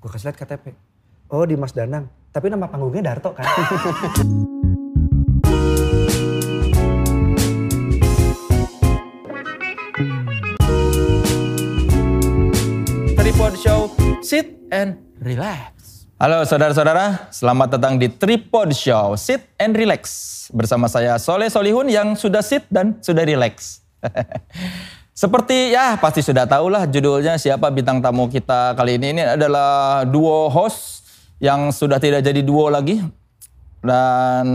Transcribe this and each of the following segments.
Gue kasih lihat KTP. Oh Dimas Danang. Tapi nama panggungnya Darto kan. Tripod Show, sit and relax. Halo saudara-saudara, selamat datang di Tripod Show Sit and Relax. Bersama saya Soleh Solihun yang sudah sit dan sudah relax. Seperti ya pasti sudah tahu lah judulnya siapa bintang tamu kita kali ini. Ini adalah duo host yang sudah tidak jadi duo lagi. Dan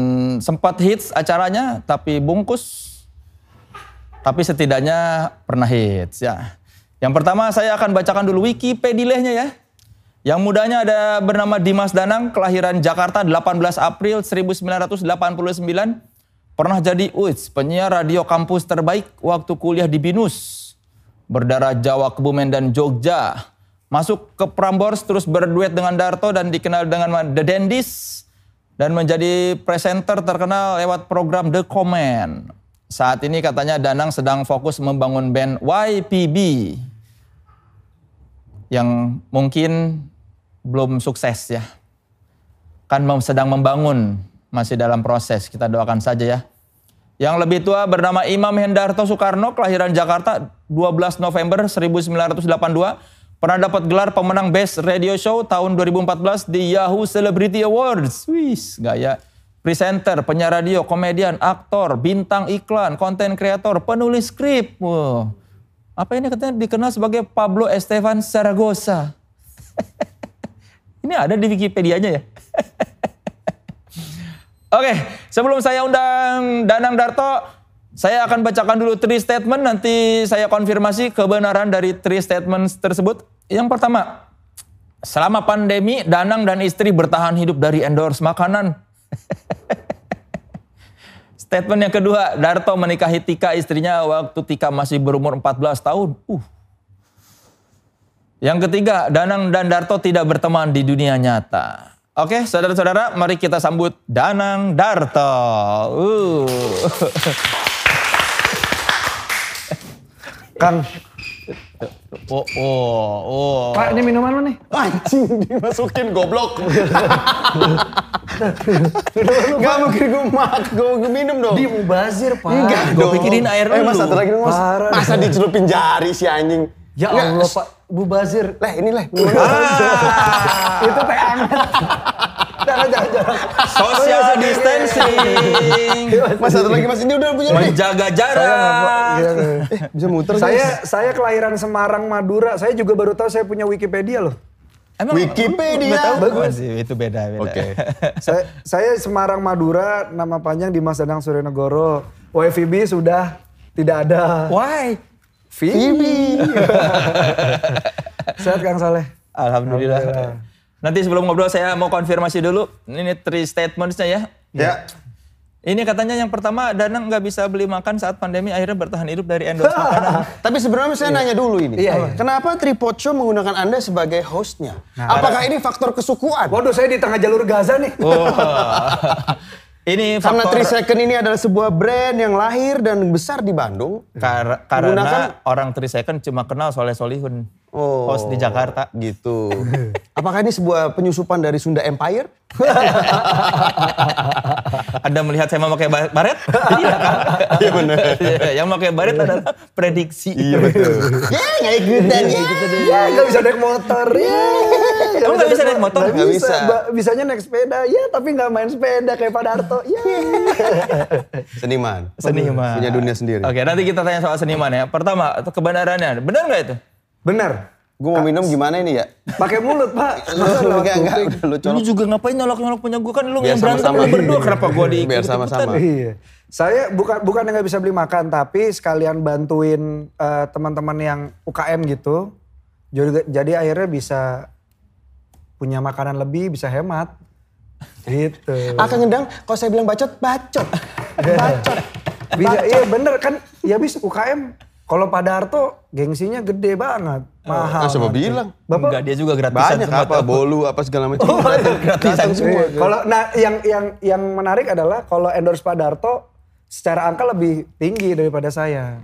sempat hits acaranya tapi bungkus tapi setidaknya pernah hits ya. Yang pertama saya akan bacakan dulu Wikipediahnya ya. Yang mudanya ada bernama Dimas Danang, kelahiran Jakarta 18 April 1989. Pernah jadi UITS, penyiar radio kampus terbaik waktu kuliah di BINUS. Berdarah Jawa, Kebumen, dan Jogja. Masuk ke Prambors terus berduet dengan Darto dan dikenal dengan The Dandies dan menjadi presenter terkenal lewat program The Comment. Saat ini katanya Danang sedang fokus membangun band YPB yang mungkin belum sukses ya. Kan mem- sedang membangun, masih dalam proses, kita doakan saja ya. Yang lebih tua bernama Imam Hendarto Soekarno, kelahiran Jakarta 12 November 1982. Pernah dapat gelar pemenang Best Radio Show tahun 2014 di Yahoo Celebrity Awards. Wis, gaya. Presenter, penyiar radio, komedian, aktor, bintang iklan, konten kreator, penulis skrip. Wow. Apa ini katanya dikenal sebagai Pablo Esteban Saragosa. ini ada di Wikipedia-nya ya? Oke, sebelum saya undang Danang Darto, saya akan bacakan dulu three statement. Nanti saya konfirmasi kebenaran dari three statement tersebut. Yang pertama, selama pandemi, Danang dan istri bertahan hidup dari endorse makanan. Statement yang kedua, Darto menikahi Tika istrinya waktu Tika masih berumur 14 tahun. Uh, yang ketiga, Danang dan Darto tidak berteman di dunia nyata. Oke, saudara-saudara, mari kita sambut Danang Darto. Uh. Kang, Oh, oh, oh. Pak ini minuman lu nih. Anjing dimasukin goblok. Gak mungkin gue mak, gue gue minum dong. Di mubazir Pak. Enggak Gua dong. pikirin air Eh mas dulu. satu lagi dong, mas. Parah. Masa dicelupin jari si anjing. Ya Nggak, Allah Pak. Mubazir. Leh ini leh. minuman. Itu teh anget. Jangan, jangan, jangan. Oh, iya, Social distancing, Mas satu lagi mas ini udah punya nih. menjaga Iya, jarak. Eh, bisa muter Saya guys. saya kelahiran Semarang Madura. Saya juga baru tahu saya punya Wikipedia loh. Emang Wikipedia. Betul? Bagus. Oh, sih, itu beda, beda. Oke. saya, saya Semarang Madura, nama panjang Dimas Danang Suryanegoro. YVB sudah tidak ada. Why? Vibi. Sehat Kang Saleh. Alhamdulillah. Alhamdulillah. Nanti sebelum ngobrol saya mau konfirmasi dulu. Ini three statements-nya ya. Ya. Ini katanya yang pertama Danang nggak bisa beli makan saat pandemi akhirnya bertahan hidup dari endorse makanan. Tapi sebelumnya saya nanya dulu ini. Iya, iya. Kenapa Tripod Show menggunakan Anda sebagai hostnya? Apakah ini faktor kesukuan? Waduh saya di tengah jalur Gaza nih. Oh. ini Karena faktor 3 Second ini adalah sebuah brand yang lahir dan besar di Bandung. kar- kan- karena orang Three Second cuma kenal Soleh Solihun. Oh. Host di Jakarta. Gitu. Apakah ini sebuah penyusupan dari Sunda Empire? Anda melihat saya memakai ba- baret? Iya kan? Iya benar. yang memakai baret Iya. adalah prediksi. ya, nggak ikutan ya. Ya nggak bisa naik motor. Ya. Emang Iya, nggak bisa naik motor? Nggak Nggak bisa. bisa. Ba- bisanya naik sepeda. Ya tapi nggak main sepeda kayak Pak Darto. Ya. Seniman. Seniman. Punya dunia sendiri. Oke, nanti kita tanya soal seniman ya. Pertama, kebenarannya. Benar nggak itu? Benar. Gue mau minum gimana ini ya? Pakai mulut Pak. Lu Masa lewat enggak, enggak, kuping? udah lu colok. Lu juga ngapain nyolok-nyolok punya gue kan lu Biar yang berantem sama-sama. lu berdua kenapa gue di Biar sama-sama. Iya. Saya bukan bukan nggak bisa beli makan, tapi sekalian bantuin eh, teman-teman yang UKM gitu. Jadi jadi akhirnya bisa punya makanan lebih, bisa hemat. Gitu. Ah Kang Endang, kalau saya bilang bacot, bacot. Bacot. Bisa, iya bener kan. Ya bis UKM. Kalau Pak Darto gengsinya gede banget, mahal. Ah, siapa banget. bilang? Bapak Enggak dia juga gratisan Banyak sama apa, tuh. bolu, apa segala macam. Gratisan Iya, Kalau nah yang yang yang menarik adalah kalau endorse Pak Darto secara angka lebih tinggi daripada saya.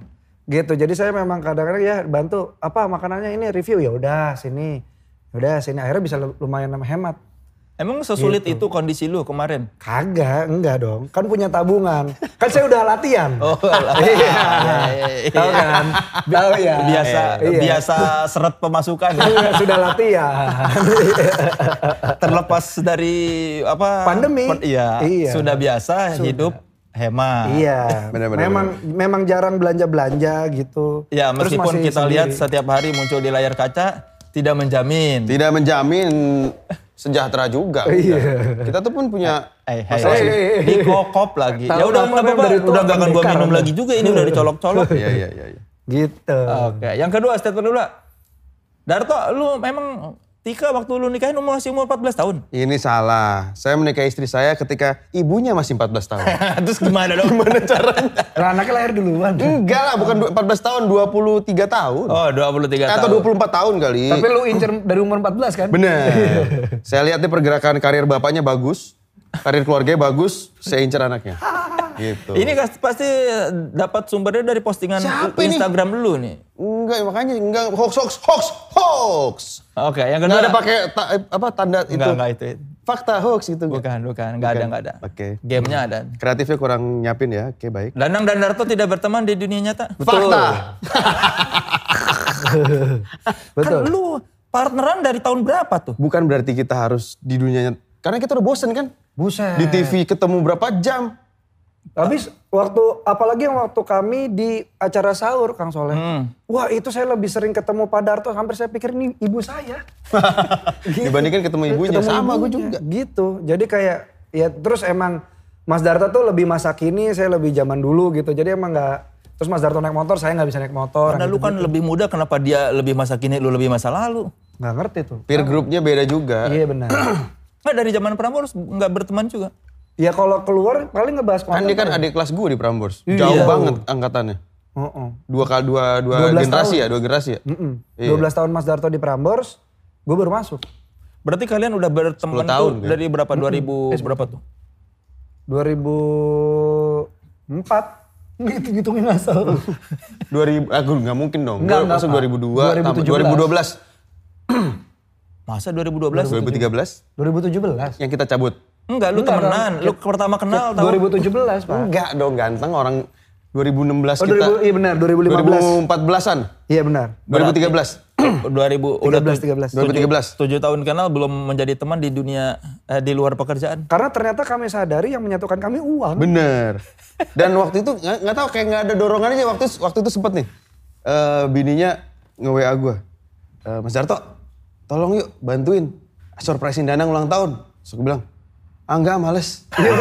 Gitu. Jadi saya memang kadang-kadang ya bantu apa makanannya ini review ya udah sini. Udah sini akhirnya bisa lu- lumayan hemat. Emang sesulit Gitu. itu kondisi lu kemarin? Kagak, enggak dong. Kan punya tabungan. Kan saya udah latihan. Oh, alah. iya. Tahu kan? Tahu ya. Biasa, Iya. biasa seret pemasukan. ya. Iya, sudah latihan. Terlepas dari apa? Pandemi. per- Iya, Iya. Sudah biasa hidup hemat. Iya. Benar, benar, memang memang jarang belanja-belanja gitu. Ya, Terus meskipun masih kita sendiri. lihat setiap hari muncul di layar kaca, tidak menjamin. Tidak menjamin sejahtera juga. Iya. Kita tuh pun punya Eh, hey, masalah. eh, eh. di kokop lagi. Tahu ya udah apa nggak yang apa-apa, dari udah nggak akan tukang gua bengkar. minum lagi juga ini udah dicolok-colok. Iya, iya, iya. iya. gitu. Oke, yang kedua statement kedua. Darto, lu memang Tika waktu lu nikahin umur masih umur 14 tahun. Ini salah. Saya menikahi istri saya ketika ibunya masih 14 tahun. Terus gimana dong? gimana caranya? Nah, anaknya lahir duluan. Hmm. Enggak lah, bukan du- 14 tahun, 23 tahun. Oh, 23 Atau tahun. 24 tahun kali. Tapi lu incer dari umur 14 kan? Bener. saya lihat nih pergerakan karir bapaknya bagus, karir keluarganya bagus, saya incer anaknya. gitu. Ini kas- pasti dapat sumbernya dari postingan Siapa ini? Instagram dulu nih. Enggak, makanya enggak hoax hoax hoax hoax. Oke, yang Enggak kedua ada pakai ta- eh, apa tanda itu. Enggak, enggak itu. Fakta hoax gitu. enggak. Bukan, bukan. Enggak ada, Bukan. enggak ada. Oke. Gamenya ada. Kreatifnya kurang nyapin ya. Oke, baik. Danang dan Darto tidak berteman di dunia nyata. Fakta. Betul. Kan lu partneran dari tahun berapa tuh? Bukan berarti kita harus di dunianya karena kita udah bosen kan? Buset. Di TV ketemu berapa jam? Habis waktu apalagi yang waktu kami di acara sahur Kang Soleh. Hmm. Wah, itu saya lebih sering ketemu Pak Darto hampir saya pikir ini ibu saya. Gitu. Dibandingkan ketemu ibunya Ketemu sama gue ibunya, juga. Gitu. Jadi kayak ya terus emang Mas Darto tuh lebih masa kini, saya lebih zaman dulu gitu. Jadi emang nggak terus Mas Darto naik motor, saya nggak bisa naik motor. Karena lu kan lebih muda, kenapa dia lebih masa kini, lu lebih masa lalu? nggak ngerti tuh. Peer grupnya beda juga. Iya benar. Nggak dari zaman Pramono harus nggak berteman juga. ya kalau keluar paling ngebahas Kan konten. dia kan adik kelas gue di Prambors. Iya. Jauh banget angkatannya. Oh, oh. Dua kali dua dua 12 generasi ya, dua generasi ya. Mm-mm. 12 tahun Mas Darto di Prambors, gue baru masuk. Berarti kalian udah berteman 10 tahun, tuh kan? dari berapa? 2000 berapa tuh? 2004. Gitu hitungin asal. 2000 aku nggak mungkin dong. Enggak, Gua enggak, masuk Pak. 2002 tambah 2012. Masa 2012? 2013 2017. yang kita cabut. Enggak, lu temenan. Lu pertama kenal tahun 2017 Pak. Enggak dong ganteng orang 2016 Oh, kita. 2000 iya benar, 2015. 2014-an. Iya benar. 2013. 2000 udah 13 tuj- 13. 2013. 7 tahun kenal belum menjadi teman di dunia eh, di luar pekerjaan. Karena ternyata kami sadari yang menyatukan kami uang. Bener. Dan waktu itu nggak nggak tahu kayak nggak ada dorongan aja waktu waktu itu sempet nih. eh bininya nge WA gue. Eh, Mas Darto, tolong yuk bantuin surprisein Danang ulang tahun. Terus gue bilang, ah enggak males. Ya,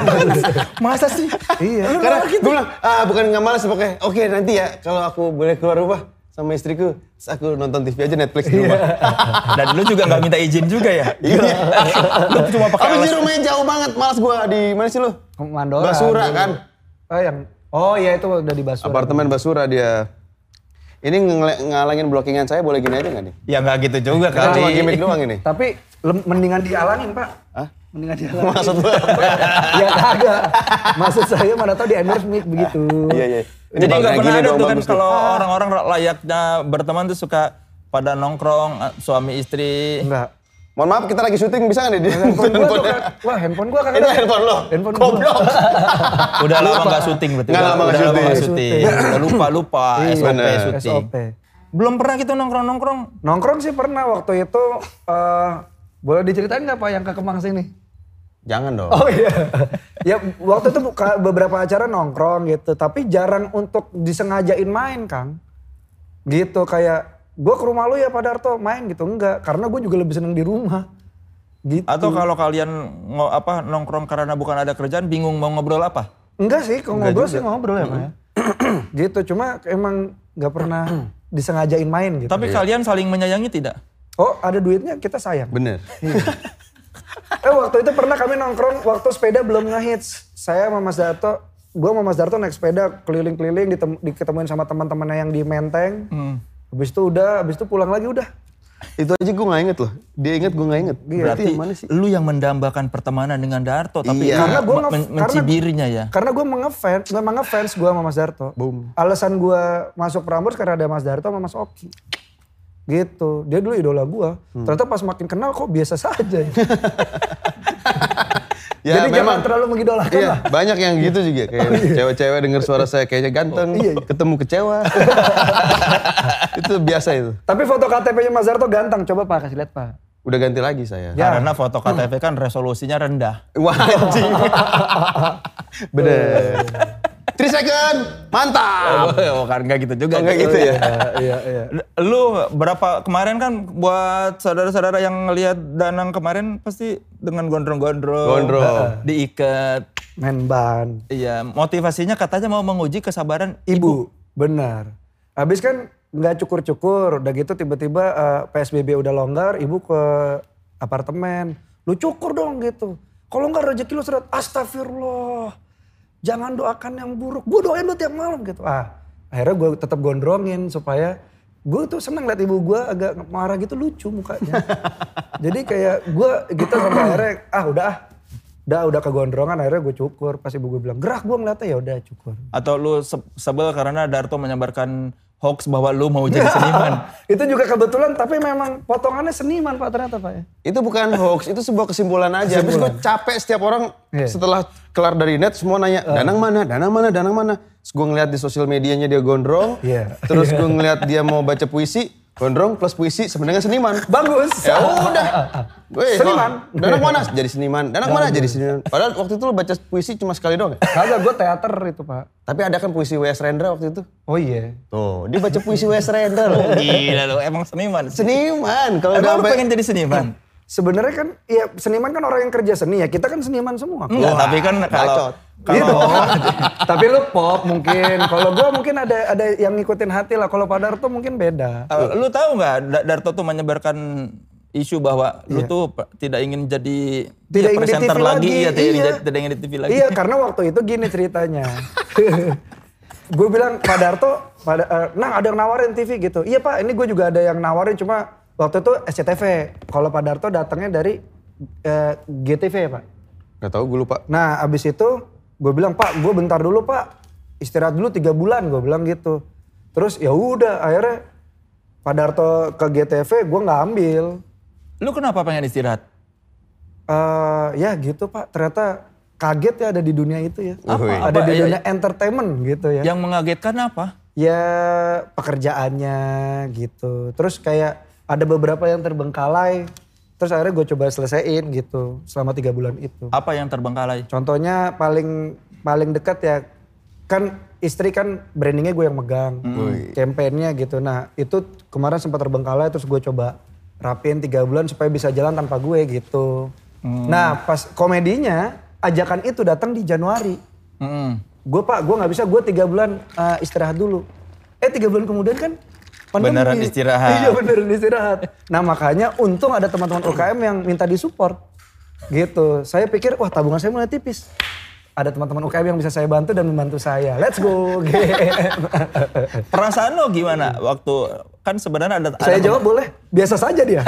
Masa sih? iya. Karena gitu. gue bilang, ah bukan nggak malas pokoknya. Oke nanti ya kalau aku boleh keluar rumah sama istriku. Terus aku nonton TV aja Netflix di rumah. Dan lu juga nggak minta izin juga ya? Iya. lu cuma pakai Abis di alasan. rumahnya jauh banget, malas gue di mana sih lu? Mandora. Basura dulu. kan? Oh yang Oh iya itu udah di Basura. Apartemen Basura dia. Ini ngele- ngalangin blockingan saya boleh gini aja nggak nih? Ya nggak gitu juga Kita cuma gimmick kali. doang ini. Tapi lem- mendingan dialangin Pak. Hah? Mendingan dialangin. Maksud lu apa? ya kagak. Maksud saya mana tahu di endorse mic begitu. Iya, iya. Jadi Ini nggak kayak pernah gini ada doang tuh kan bagus nih. kalau orang-orang layaknya berteman tuh suka pada nongkrong eh, suami istri. Enggak. Mohon maaf kita lagi syuting bisa nggak nih? Dia- Handphone gua tuh handphone-nya? kan. Wah, handphone gua kagak. Itu ada. handphone lo? Handphone gua. Goblok. Udah lama nggak syuting berarti. Nggak Udah- lama nggak udah nggak syuting. syuting. Udah lupa lupa Iya, SOP bener. syuting. SOP. Belum pernah kita nongkrong nongkrong. Nongkrong sih pernah waktu itu eh boleh diceritain nggak Pak yang ke Kemang sini? Jangan dong. Oh iya. ya waktu itu buka- beberapa acara nongkrong gitu, tapi jarang untuk disengajain main Kang. Gitu kayak gue ke rumah lu ya Pak Darto main gitu enggak karena gue juga lebih seneng di rumah gitu Atau kalau kalian ngo, apa nongkrong karena bukan ada kerjaan, bingung mau ngobrol apa? enggak sih kalau ngobrol sih ngobrol ya Pak ya gitu cuma emang nggak pernah disengajain main gitu Iya. Tapi kalian saling menyayangi tidak? oh ada duitnya kita sayang Bener. Eh waktu itu pernah kami nongkrong waktu sepeda belum ngehits. Saya sama Mas Darto, gue sama Mas Darto naik sepeda keliling-keliling ditem- diketemuin sama teman-temannya yang di Menteng. Hmm. Habis itu udah, habis itu pulang lagi udah. Itu aja gue nggak inget loh. Dia inget gue nggak inget. Iya, Berarti Berarti yang mana sih? lu yang mendambakan pertemanan dengan Darto, tapi Iya. lu Karena gua men- nge- karena- mencibirnya ya. Karena gue mengefans, memang ngefans gue sama Mas Darto. Alasan gue masuk Prambors karena ada Mas Darto sama Mas Oki. Gitu. Dia dulu idola gua. Ternyata pas makin kenal kok biasa saja. ya. Jadi jangan terlalu mengidolakan ya, Iya, lah. banyak yang gitu juga kayak cewek-cewek denger suara saya kayaknya ganteng, Oh, iya, iya. ketemu kecewa. itu biasa itu. Tapi foto KTP-nya Mas Zarto ganteng. Coba Pak kasih lihat Pak. Udah ganti lagi saya. Ya. Karena foto Hmm. KTP kan resolusinya rendah. Wah, anjing. Bener. 3 second, mantap. Oh, kan enggak gitu juga. Oh, enggak gitu ya? iya, iya. Lu berapa kemarin kan buat saudara-saudara yang lihat Danang kemarin pasti dengan gondrong-gondrong. Gondrong. Diikat. Main ban. Iya, motivasinya katanya mau menguji kesabaran Ibu, benar. Habis kan nggak cukur-cukur, udah gitu tiba-tiba eh, PSBB udah longgar, ibu ke apartemen. Lu cukur dong gitu. Kalau nggak rezeki lu seret, astagfirullah. Jangan doakan yang buruk. Gue doain lu tiap malam gitu. Ah, akhirnya gue tetap gondrongin supaya gue tuh seneng liat ibu gue agak marah gitu lucu mukanya. Jadi kayak gue gitu sampai akhirnya ah udah ah. Udah, udah kegondrongan akhirnya gue cukur. Pas ibu gue bilang gerak gue ngeliatnya ya udah cukur. atau lu se- sebel karena Darto menyebarkan hoax bahwa lu mau jadi seniman. itu juga kebetulan tapi memang potongannya seniman pak ternyata pak ya. Itu bukan hoax, itu sebuah kesimpulan aja. Habis gue capek setiap orang Iya. setelah kelar dari net semua nanya, Danang mana, Danang mana, Danang mana. Terus gue ngeliat di sosial medianya dia gondrong, Iya. terus gue ngeliat dia mau baca puisi, gondrong plus puisi sebenarnya seniman. Bagus. Oh, Ya udah. Weh, Ah, Seniman. kalau- Danang mana? Jadi seniman. Danang mana? Jadi seniman. Padahal waktu itu lu baca puisi cuma sekali doang ya? Kagak gue teater itu pak. Tapi ada kan puisi W.S. Rendra waktu itu? Oh iya. Tuh, dia baca puisi W.S. Rendra loh. Gila lu, emang seniman. Seniman. Kalau udah Emang lu sampai- pengen jadi seniman? Sebenarnya kan ya seniman kan orang yang kerja seni ya. Kita kan seniman semua. Pak. Enggak, tapi kan kalau bacot. Iya kalau dong. tapi lu pop mungkin. Kalau gue mungkin ada ada yang ngikutin hati lah. Kalau Pak Darto mungkin beda. Eh, lu tahu nggak Da- Darto tuh menyebarkan isu bahwa lu tuh pe- tidak ingin jadi ya, Iya. ingin di presenter TV lagi, ya, tidak, ingin iya. jadi- tidak ingin di TV lagi. Iya, karena waktu itu gini ceritanya. gue bilang Pak Darto, pada, eh, nah ada yang nawarin TV gitu. Iya Pak, ini gue juga ada yang nawarin cuma waktu itu SCTV. Kalau Pak Darto datangnya dari eh, GTV ya Pak. Gak tau, gue lupa. Nah abis itu gue bilang Pak, gue bentar dulu Pak, istirahat dulu tiga bulan gue bilang gitu. Terus ya udah akhirnya Pak Darto ke GTV, gue nggak ambil. Lu kenapa pengen istirahat? Eh, ya gitu Pak, ternyata kaget ya ada di dunia itu ya. Apa? Ada Apa? di Ya, dunia entertainment gitu ya. Yang mengagetkan apa? Ya pekerjaannya gitu. Terus kayak ada beberapa yang terbengkalai. Terus akhirnya gue coba selesaiin gitu selama tiga bulan itu. Apa yang terbengkalai? Contohnya paling paling dekat ya kan istri kan brandingnya gue yang megang, campaignnya gitu. Nah itu kemarin sempat terbengkalai terus gue coba rapiin tiga bulan supaya bisa jalan tanpa gue gitu. Nah pas komedinya ajakan itu datang di Januari. Mm-mm. Gue pak gue nggak bisa gue tiga bulan eh, istirahat dulu. Eh tiga bulan kemudian kan pandemi. Beneran istirahat. Iya beneran istirahat. Nah makanya untung ada teman-teman UKM yang minta disupport. Gitu. Saya pikir wah tabungan saya mulai tipis. Ada teman-teman UKM yang bisa saya bantu dan membantu saya. Let's go. Gitu. Perasaan lu gimana waktu kan sebenarnya ada, ada saya jawab boleh. Biasa saja dia.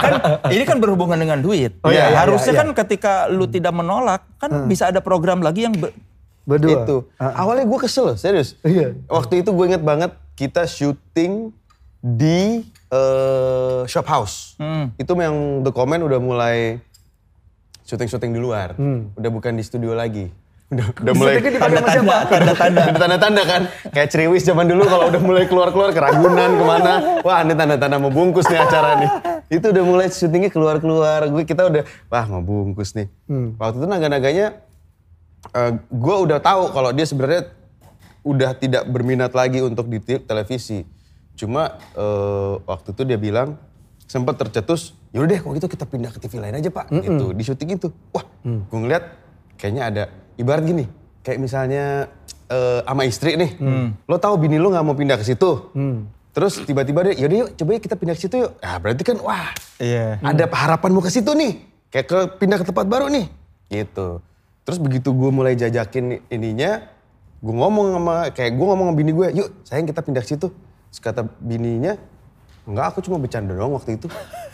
kan ini kan berhubungan dengan duit. Oh, iya, Ya, iya, harusnya iya. kan ketika lu tidak menolak kan Hmm. bisa ada program lagi yang ber- Berdua. Ah, Itu. Awalnya gue kesel loh, serius. Iya. Waktu itu gue inget banget kita syuting di eh, shop house. Hmm. Itu yang The Comment udah mulai syuting-syuting di luar. Hmm. Udah bukan di studio lagi. Udah, udah mulai Disuntiknya dipakai sama siapa? tanda-tanda tanda-tanda. Ada tanda-tanda kan. Kayak ceriwis zaman dulu kalau udah mulai keluar-keluar ke Ragunan kemana. Wah ini tanda-tanda mau bungkus nih acara nih. Itu udah mulai syutingnya keluar-keluar. Gue kita udah wah mau bungkus nih. Waktu itu naga-naganya eh, gue udah tahu kalau dia sebenarnya udah tidak berminat lagi untuk di te- televisi. Cuma eh, waktu itu dia bilang sempat tercetus, yaudah deh kalau gitu kita pindah ke TV lain aja pak, gitu di syuting itu. Wah, gue ngeliat kayaknya ada ibarat gini, kayak misalnya eh, sama istri nih, lo tahu bini lo nggak mau pindah ke situ, terus tiba-tiba dia, yaudah yuk coba yuk kita pindah ke situ yuk. Nah berarti kan wah Iya. ada harapan mau ke situ nih. Kayak ke pindah ke tempat baru nih. Gitu. Terus begitu gue mulai jajakin ininya, gue ngomong sama kayak gue ngomong sama bini gue, yuk sayang kita pindah ke situ. Terus kata bininya, enggak aku cuma bercanda doang waktu itu.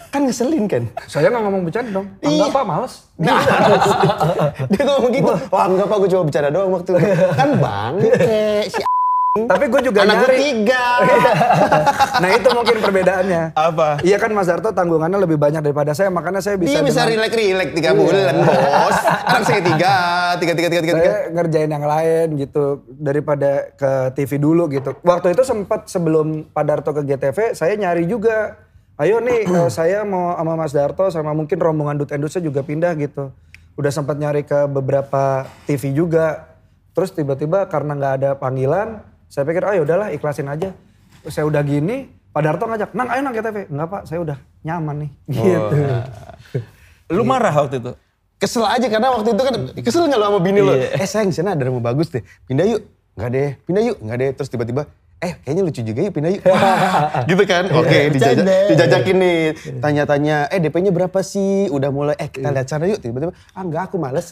Kan ngeselin kan. saya nggak ngomong bercanda dong. Ah, Enggak Iya. pak, males. Nah, gitu. dia ngomong gitu, wah enggak pak gue cuma bercanda doang waktu itu. Kan bang, si Tapi gue juga Anak gue nyari. tiga. nah itu mungkin perbedaannya. Apa? Iya kan Mas Darto tanggungannya lebih banyak daripada saya, makanya saya bisa. Dia Iya, bisa Iya. dengan- rilek-rilek tiga bulan bos. Anak saya tiga, tiga, tiga, tiga, tiga. tiga. saya ngerjain yang lain gitu daripada ke TV dulu gitu. Waktu itu sempat sebelum Pak Darto ke GTV, saya nyari juga. Ayo nih, eh, saya mau sama Mas Darto sama mungkin rombongan Dut Endusnya juga pindah gitu. Udah sempat nyari ke beberapa TV juga. Terus tiba-tiba karena nggak ada panggilan, saya pikir ayo udahlah ikhlasin aja. Saya udah gini, Pak Darto ngajak, nang ayo nang GTV. Enggak pak, saya udah nyaman nih. Gitu. Lu Iya. marah waktu itu? Kesel aja karena waktu itu kan kesel nggak lo sama bini lo? Iya. Eh sayang di sana ada rumah bagus deh, pindah yuk. Nggak deh, pindah yuk, nggak deh. Terus tiba-tiba, eh kayaknya lucu juga yuk pindah yuk. gitu kan? Iya. Oke, dijajak, bercanda. dijajakin nih. Tanya-tanya, eh DP-nya berapa sih? Udah mulai, eh kita Iya. lihat sana yuk. Tiba-tiba, ah nggak aku males.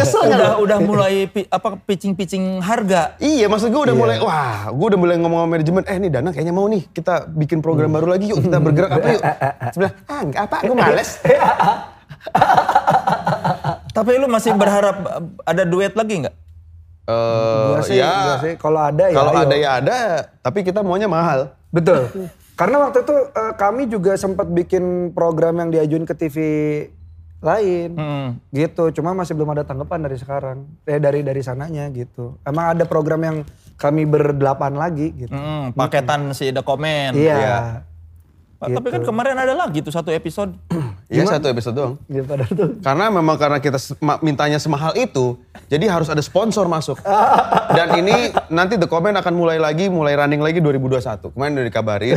Kesel nggak Udah lo? udah mulai pi- apa pitching-pitching harga. Iya, maksud gue udah mulai, wah, gue udah mulai ngomong sama manajemen, eh nih Danang kayaknya mau nih, kita bikin program Hmm. baru lagi yuk, kita bergerak apa yuk. Sebelah, ah nggak apa, gue males. Tapi lu masih berharap eh, ada duet lagi nggak? Gua sih, gua sih. Kalau ada ya Oh, eh, ya. Kalau ayo. ada ya ada, tapi kita maunya mahal. Betul. Karena waktu itu eh, kami juga sempat bikin program yang diajuin ke TV lain. Hmm, Gitu, cuma masih belum ada tanggapan dari sekarang. Eh dari dari sananya gitu. Emang ada program yang kami berdelapan lagi gitu. Hmm, Iya. paketan si The Comment. Iya. Ah, Tapi gitu. kan kemarin ada lagi tuh satu episode. Iya satu episode doang. Gitu padahal tuh. Karena memang karena kita se- ma- mintanya semahal itu, jadi harus ada sponsor masuk. Dan ini nanti The Comment akan mulai lagi, mulai running lagi 2021. Kemarin udah dikabarin,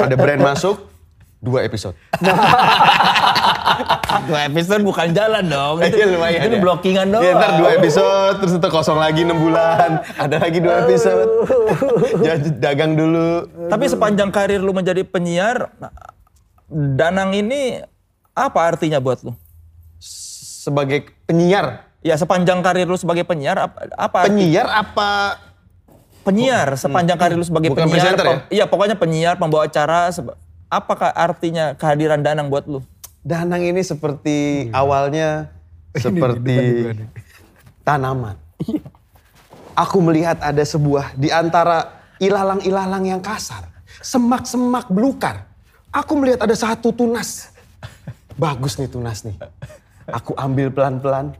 ada brand masuk, dua episode. Dua episode bukan jalan dong. Itu, Iya, lumayan itu ya. blockingan doang. Iya ntar dua episode, terus itu kosong lagi 6 bulan, ada lagi dua episode. Jadi dagang dulu. Tapi sepanjang karir lu menjadi penyiar, Danang ini apa artinya buat lu? Sebagai penyiar. Ya sepanjang karir lu sebagai penyiar apa, apa arti- Penyiar apa? penyiar sepanjang karir lu sebagai Hmm. Bukan penyiar? presenter ya? pem- Iya pokoknya penyiar pembawa acara. seba- Apakah artinya kehadiran Danang buat lu? Danang ini seperti awalnya seperti tanaman. Aku melihat ada sebuah di antara ilalang-ilalang yang kasar, semak-semak belukar. Aku melihat ada satu tunas. Bagus nih tunas nih. Aku ambil pelan-pelan.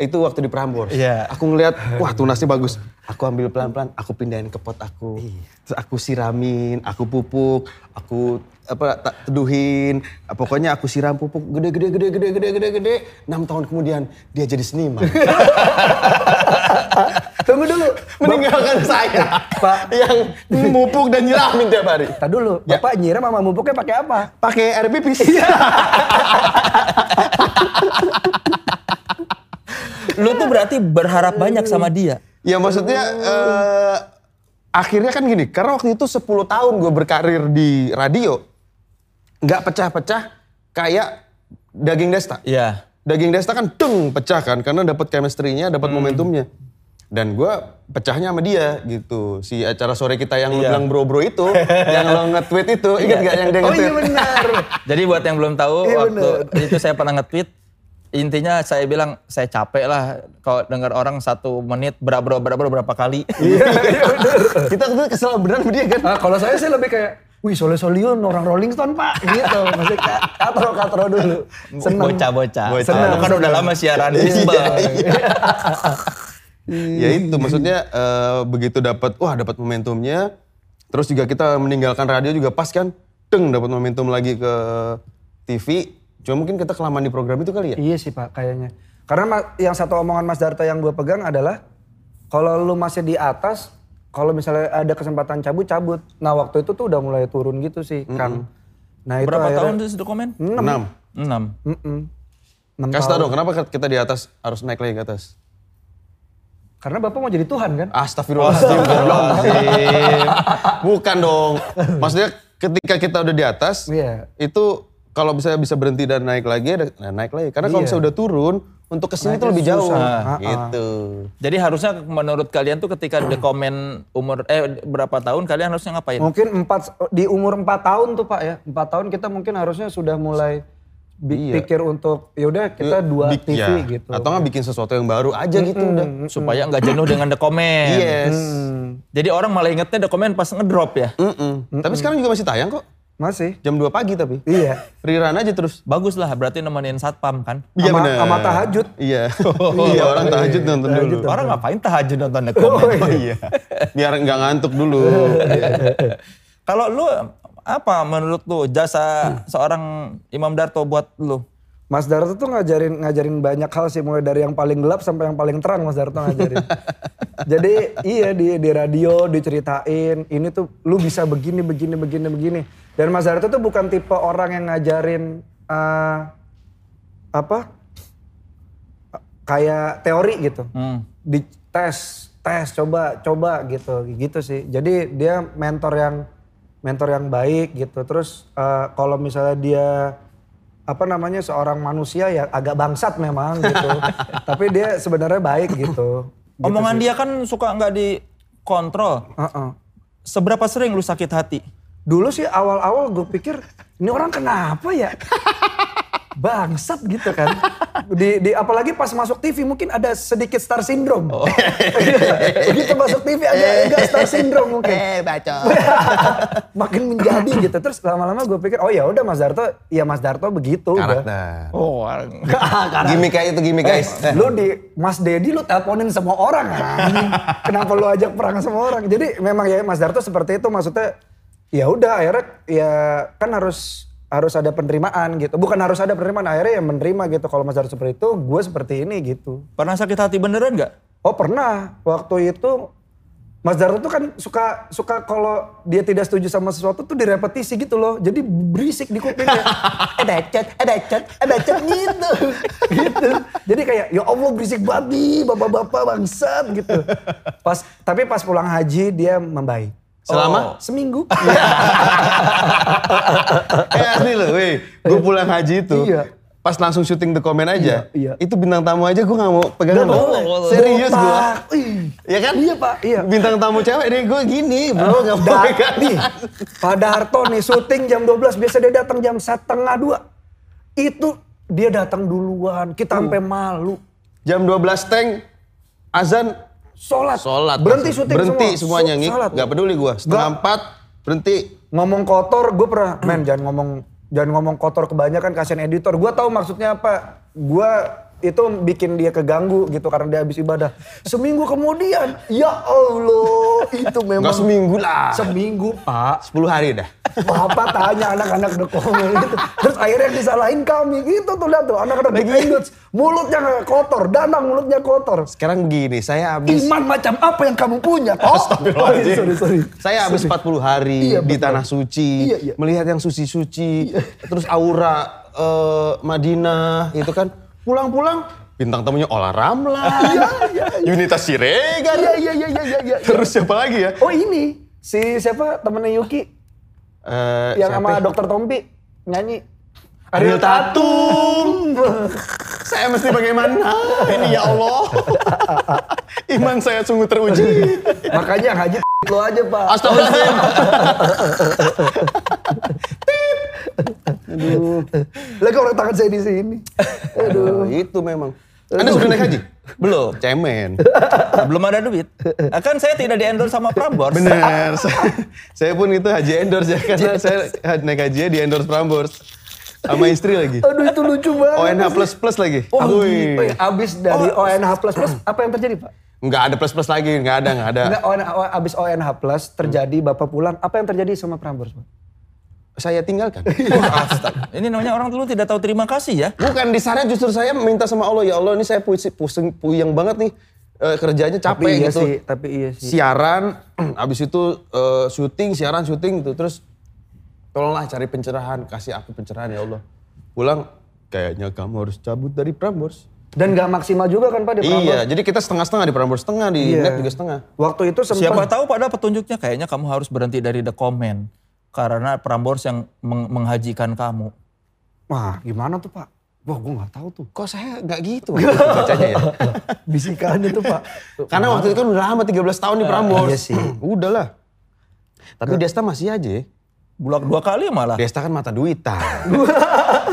Itu waktu di Prambors. Iya. Aku ngelihat, wah tunasnya bagus. Aku ambil pelan-pelan, aku pindahin ke pot aku. Terus aku siramin, aku pupuk, aku apa tak teduhin. Pokoknya aku siram pupuk gede gede gede gede gede gede gede. 6 tahun kemudian dia jadi seniman. Tunggu dulu. Meninggalkan saya Pak. yang mupuk dan nyiramin tiap hari. Tadi dulu. Ya. Bapak nyiram sama mupuknya pakai apa? Pakai air pipis. Lu tuh berarti berharap banyak sama dia. Ya maksudnya eh, akhirnya kan gini, karena waktu itu 10 tahun gue berkarir di radio, nggak pecah-pecah kayak daging desta. Iya. Daging desta kan deng pecah kan, karena dapat chemistry-nya, dapat momentumnya. Dan gue pecahnya sama dia gitu. Si acara sore kita yang lu Iya. bilang bro-bro itu, yang lo nge-tweet itu, ingat gak yang dia Oh nge-tweet? iya benar. Jadi buat yang belum tahu Iya, waktu itu saya pernah nge-tweet intinya saya bilang saya capek lah kalau dengar orang satu menit berapa berapa berapa kali. kita tuh kesel beneran sama dia kan. Ah, kalau saya sih lebih kayak, wih soleh solion orang Rolling Stone pak. Gitu. Maksudnya katro katro dulu. Seneng. Iya, Bocah-bocah. Bocah. Lu kan udah lama siaran Iya, Bang. ya itu maksudnya eh, begitu dapat wah dapat momentumnya terus juga kita meninggalkan radio juga pas kan deng dapat momentum lagi ke TV cuma mungkin kita kelamaan di program itu kali ya Iya sih Pak, kayaknya. Karena ma- yang satu omongan Mas Darto yang gue pegang adalah kalau lu masih di atas, kalau misalnya ada kesempatan cabut cabut. Nah waktu itu tuh udah mulai turun gitu sih, Kang. Nah itu Berapa tahun akhirnya, tuh itu komen? enam 6. Mm-mm. Enam kasih tahun. tau dong kenapa kita di atas harus naik lagi ke atas Karena Bapak mau jadi Tuhan Ah. kan? Astagfirullahaladzim goblok. bukan dong maksudnya ketika kita udah di atas Iya. itu kalau bisa bisa berhenti dan naik lagi ada- nah, naik lagi karena kalau Iya. misalnya udah turun untuk Naiknya kesini tuh lebih jauh susah. Ah, ah. gitu Jadi harusnya menurut kalian tuh ketika di komen umur eh berapa tahun kalian harusnya Iya. ngapain? Mungkin empat di umur empat tahun tuh Pak ya, empat tahun kita mungkin harusnya sudah mulai bi- Iya. pikir untuk yaudah kita dua Big- TV ya. gitu. Atau nggak bikin sesuatu yang baru aja gitu udah. supaya nggak jenuh dengan the comment. Mm. Yes. Jadi orang malah ingetnya the comment pas ngedrop ya. Mm-mm. Tapi sekarang juga masih tayang kok. Masih. Jam 2 pagi tapi. Iya. Rerun aja terus. Bagus lah berarti nemenin satpam kan. Sama- Iya, bener. sama tahajud. Iya. iya orang tahajud nonton dulu. Orang ngapain tahajud nonton the comment? Oh iya. Biar nggak ngantuk dulu. Iya. Kalau lu apa menurut lu Hmm. jasa seorang Imam Darto buat lu? Mas Darto tuh ngajarin ngajarin banyak hal sih mulai dari yang paling gelap sampai yang paling terang Mas Darto ngajarin. Jadi iya di di radio diceritain ini tuh lu bisa begini begini begini begini. Dan Mas Darto tuh bukan tipe orang yang ngajarin eh, apa kayak teori gitu. Hmm. Di tes, tes, coba, coba gitu, gitu sih. Jadi dia mentor yang mentor yang baik gitu. Terus eh, kalau misalnya dia apa namanya seorang manusia ya agak bangsat memang gitu. Tapi dia sebenarnya baik gitu. Omongan dia kan suka nggak dikontrol. Heeh. Seberapa sering lu sakit hati? Dulu sih awal-awal gue pikir ini orang kenapa ya? Bangsat gitu kan. Di, di- apalagi pas masuk TV mungkin ada sedikit star syndrome. Gitu, Begitu masuk TV ada agak star syndrome mungkin. Eh, Makin menjadi gitu. Terus lama-lama gue pikir oh ya udah Mas Darto, ya Mas Darto begitu. udah. Karakter. Oh, Gimik kayak itu gimik guys. Eh, lu di Mas Dedi lu teleponin semua orang kan. Kenapa lu ajak perang semua orang? Jadi memang ya Mas Darto seperti itu maksudnya ya udah akhirnya ya kan harus harus ada penerimaan gitu. Bukan harus ada penerimaan akhirnya yang menerima gitu. Kalau Mas Darto seperti itu, gue seperti ini gitu. Pernah sakit hati beneran nggak? Oh pernah waktu itu Mas Darto tuh kan suka suka kalau dia tidak setuju sama sesuatu tuh direpetisi gitu loh. Jadi berisik di kupingnya. ada cat, ada cat, ada cat gitu. gitu. Jadi kayak ya Allah berisik babi, bapak-bapak bangsat gitu. Pas tapi pas pulang haji dia membaik. Oh. Selama? Iya, Seminggu. Eh asli loh, weh. Gue pulang haji itu. Iya. Pas langsung syuting The Comment Iya, aja. iya. Itu bintang tamu aja gue gak mau Nggak pegangan. loh. boleh. Serius gue. Iya. Botak. Ih. Iya kan? Iya, Pak. Iya. Bintang tamu cewek nih gue gini bro gak mau Da- pegangan. nih, Pak Darto nih syuting jam 12 biasa dia datang jam setengah dua. Itu dia datang duluan, kita sampai malu. Jam 12 teng. Azan. Sholat, Sholat. berhenti langsung. syuting Berhenti semua. semuanya. Su- Ngik. sholat. Gak peduli gue. Setengah Nggak. empat. Berhenti. Ngomong kotor, gue pernah, men jangan ngomong jangan ngomong kotor kebanyakan kasihan editor. Gue tahu maksudnya apa. Gue itu bikin dia keganggu gitu karena dia habis ibadah. Seminggu kemudian, ya Allah, itu memang Gak seminggu lah. Seminggu, Pak. 10 hari dah. Bapak tanya anak-anak The Comment gitu. Terus akhirnya yang disalahin kami. Gitu tuh lihat tuh anak-anak The Comments. Mulutnya nggak kotor, Danang mulutnya kotor. Sekarang begini, saya habis Iman macam apa yang kamu punya, toh? Astagfirullahaladzim. sorry, sorry. Saya habis 40 hari Iya, di betul. tanah suci, Iya, iya. melihat yang suci-suci, terus aura eh, Madinah itu kan. Pulang-pulang bintang tamunya Ola Ramlan, Yunita Siregar. Iya, iya, iya, iya, iya, iya. Terus siapa lagi ya? Oh ini, si siapa temennya Yuki Eh, yang siapa sama ya? dokter Tompi nyanyi. Ariel Tatum. saya mesti bagaimana? Ini ya Allah. Iman saya sungguh teruji. Makanya yang haji lo aja pak. Astagfirullahaladzim. Aduh. Lagi orang tangan saya di sini. Aduh, itu memang. Anda sudah naik haji? Oh, Belum. Cemen. Belum ada duit. Akan saya tidak di endorse sama Prambors. Bener, saya, saya pun itu haji endorse ya, karena saya naik haji ya di endorse Prambors. Sama istri lagi. Aduh itu lucu banget. ONH plus Oh, plus lagi. Oh, Wih. gitu ya. Abis dari ONH plus plus apa yang terjadi pak? Nggak ada plus plus lagi, nggak ada, nggak ada. Enggak, ONH, o- abis ONH plus terjadi bapak pulang. Apa yang terjadi sama Prambors pak? Saya tinggalkan. Oh, Astaga. Ini namanya orang dulu tidak tahu terima kasih ya. Bukan di sana justru saya minta sama Allah ya Allah ini saya pusing, pusing puyeng banget nih Eh, kerjanya capek iya gitu. sih, tapi iya sih. siaran, abis itu eh, syuting, siaran, syuting gitu. Terus tolonglah cari pencerahan, kasih aku pencerahan ya Allah. Pulang, kayaknya kamu harus cabut dari Prambors. Dan gak maksimal juga kan pak di Prambors? Iya, jadi kita setengah-setengah di Prambors setengah, di Iya. net juga setengah. Waktu itu sempat. Siapa tahu pada petunjuknya kayaknya kamu harus berhenti dari the comment karena Prambors yang meng- menghajikan kamu. Wah gimana tuh pak? Wah gue gak tahu tuh. Kok saya nggak gitu waktu itu bacanya ya? Bisikannya tuh pak. Karena waktu itu kan udah lama 13 tahun di Prambors. iya sih. Udahlah. Tapi Desta masih aja ya. Iya. Bulak dua kali malah. Desta kan mata duitan.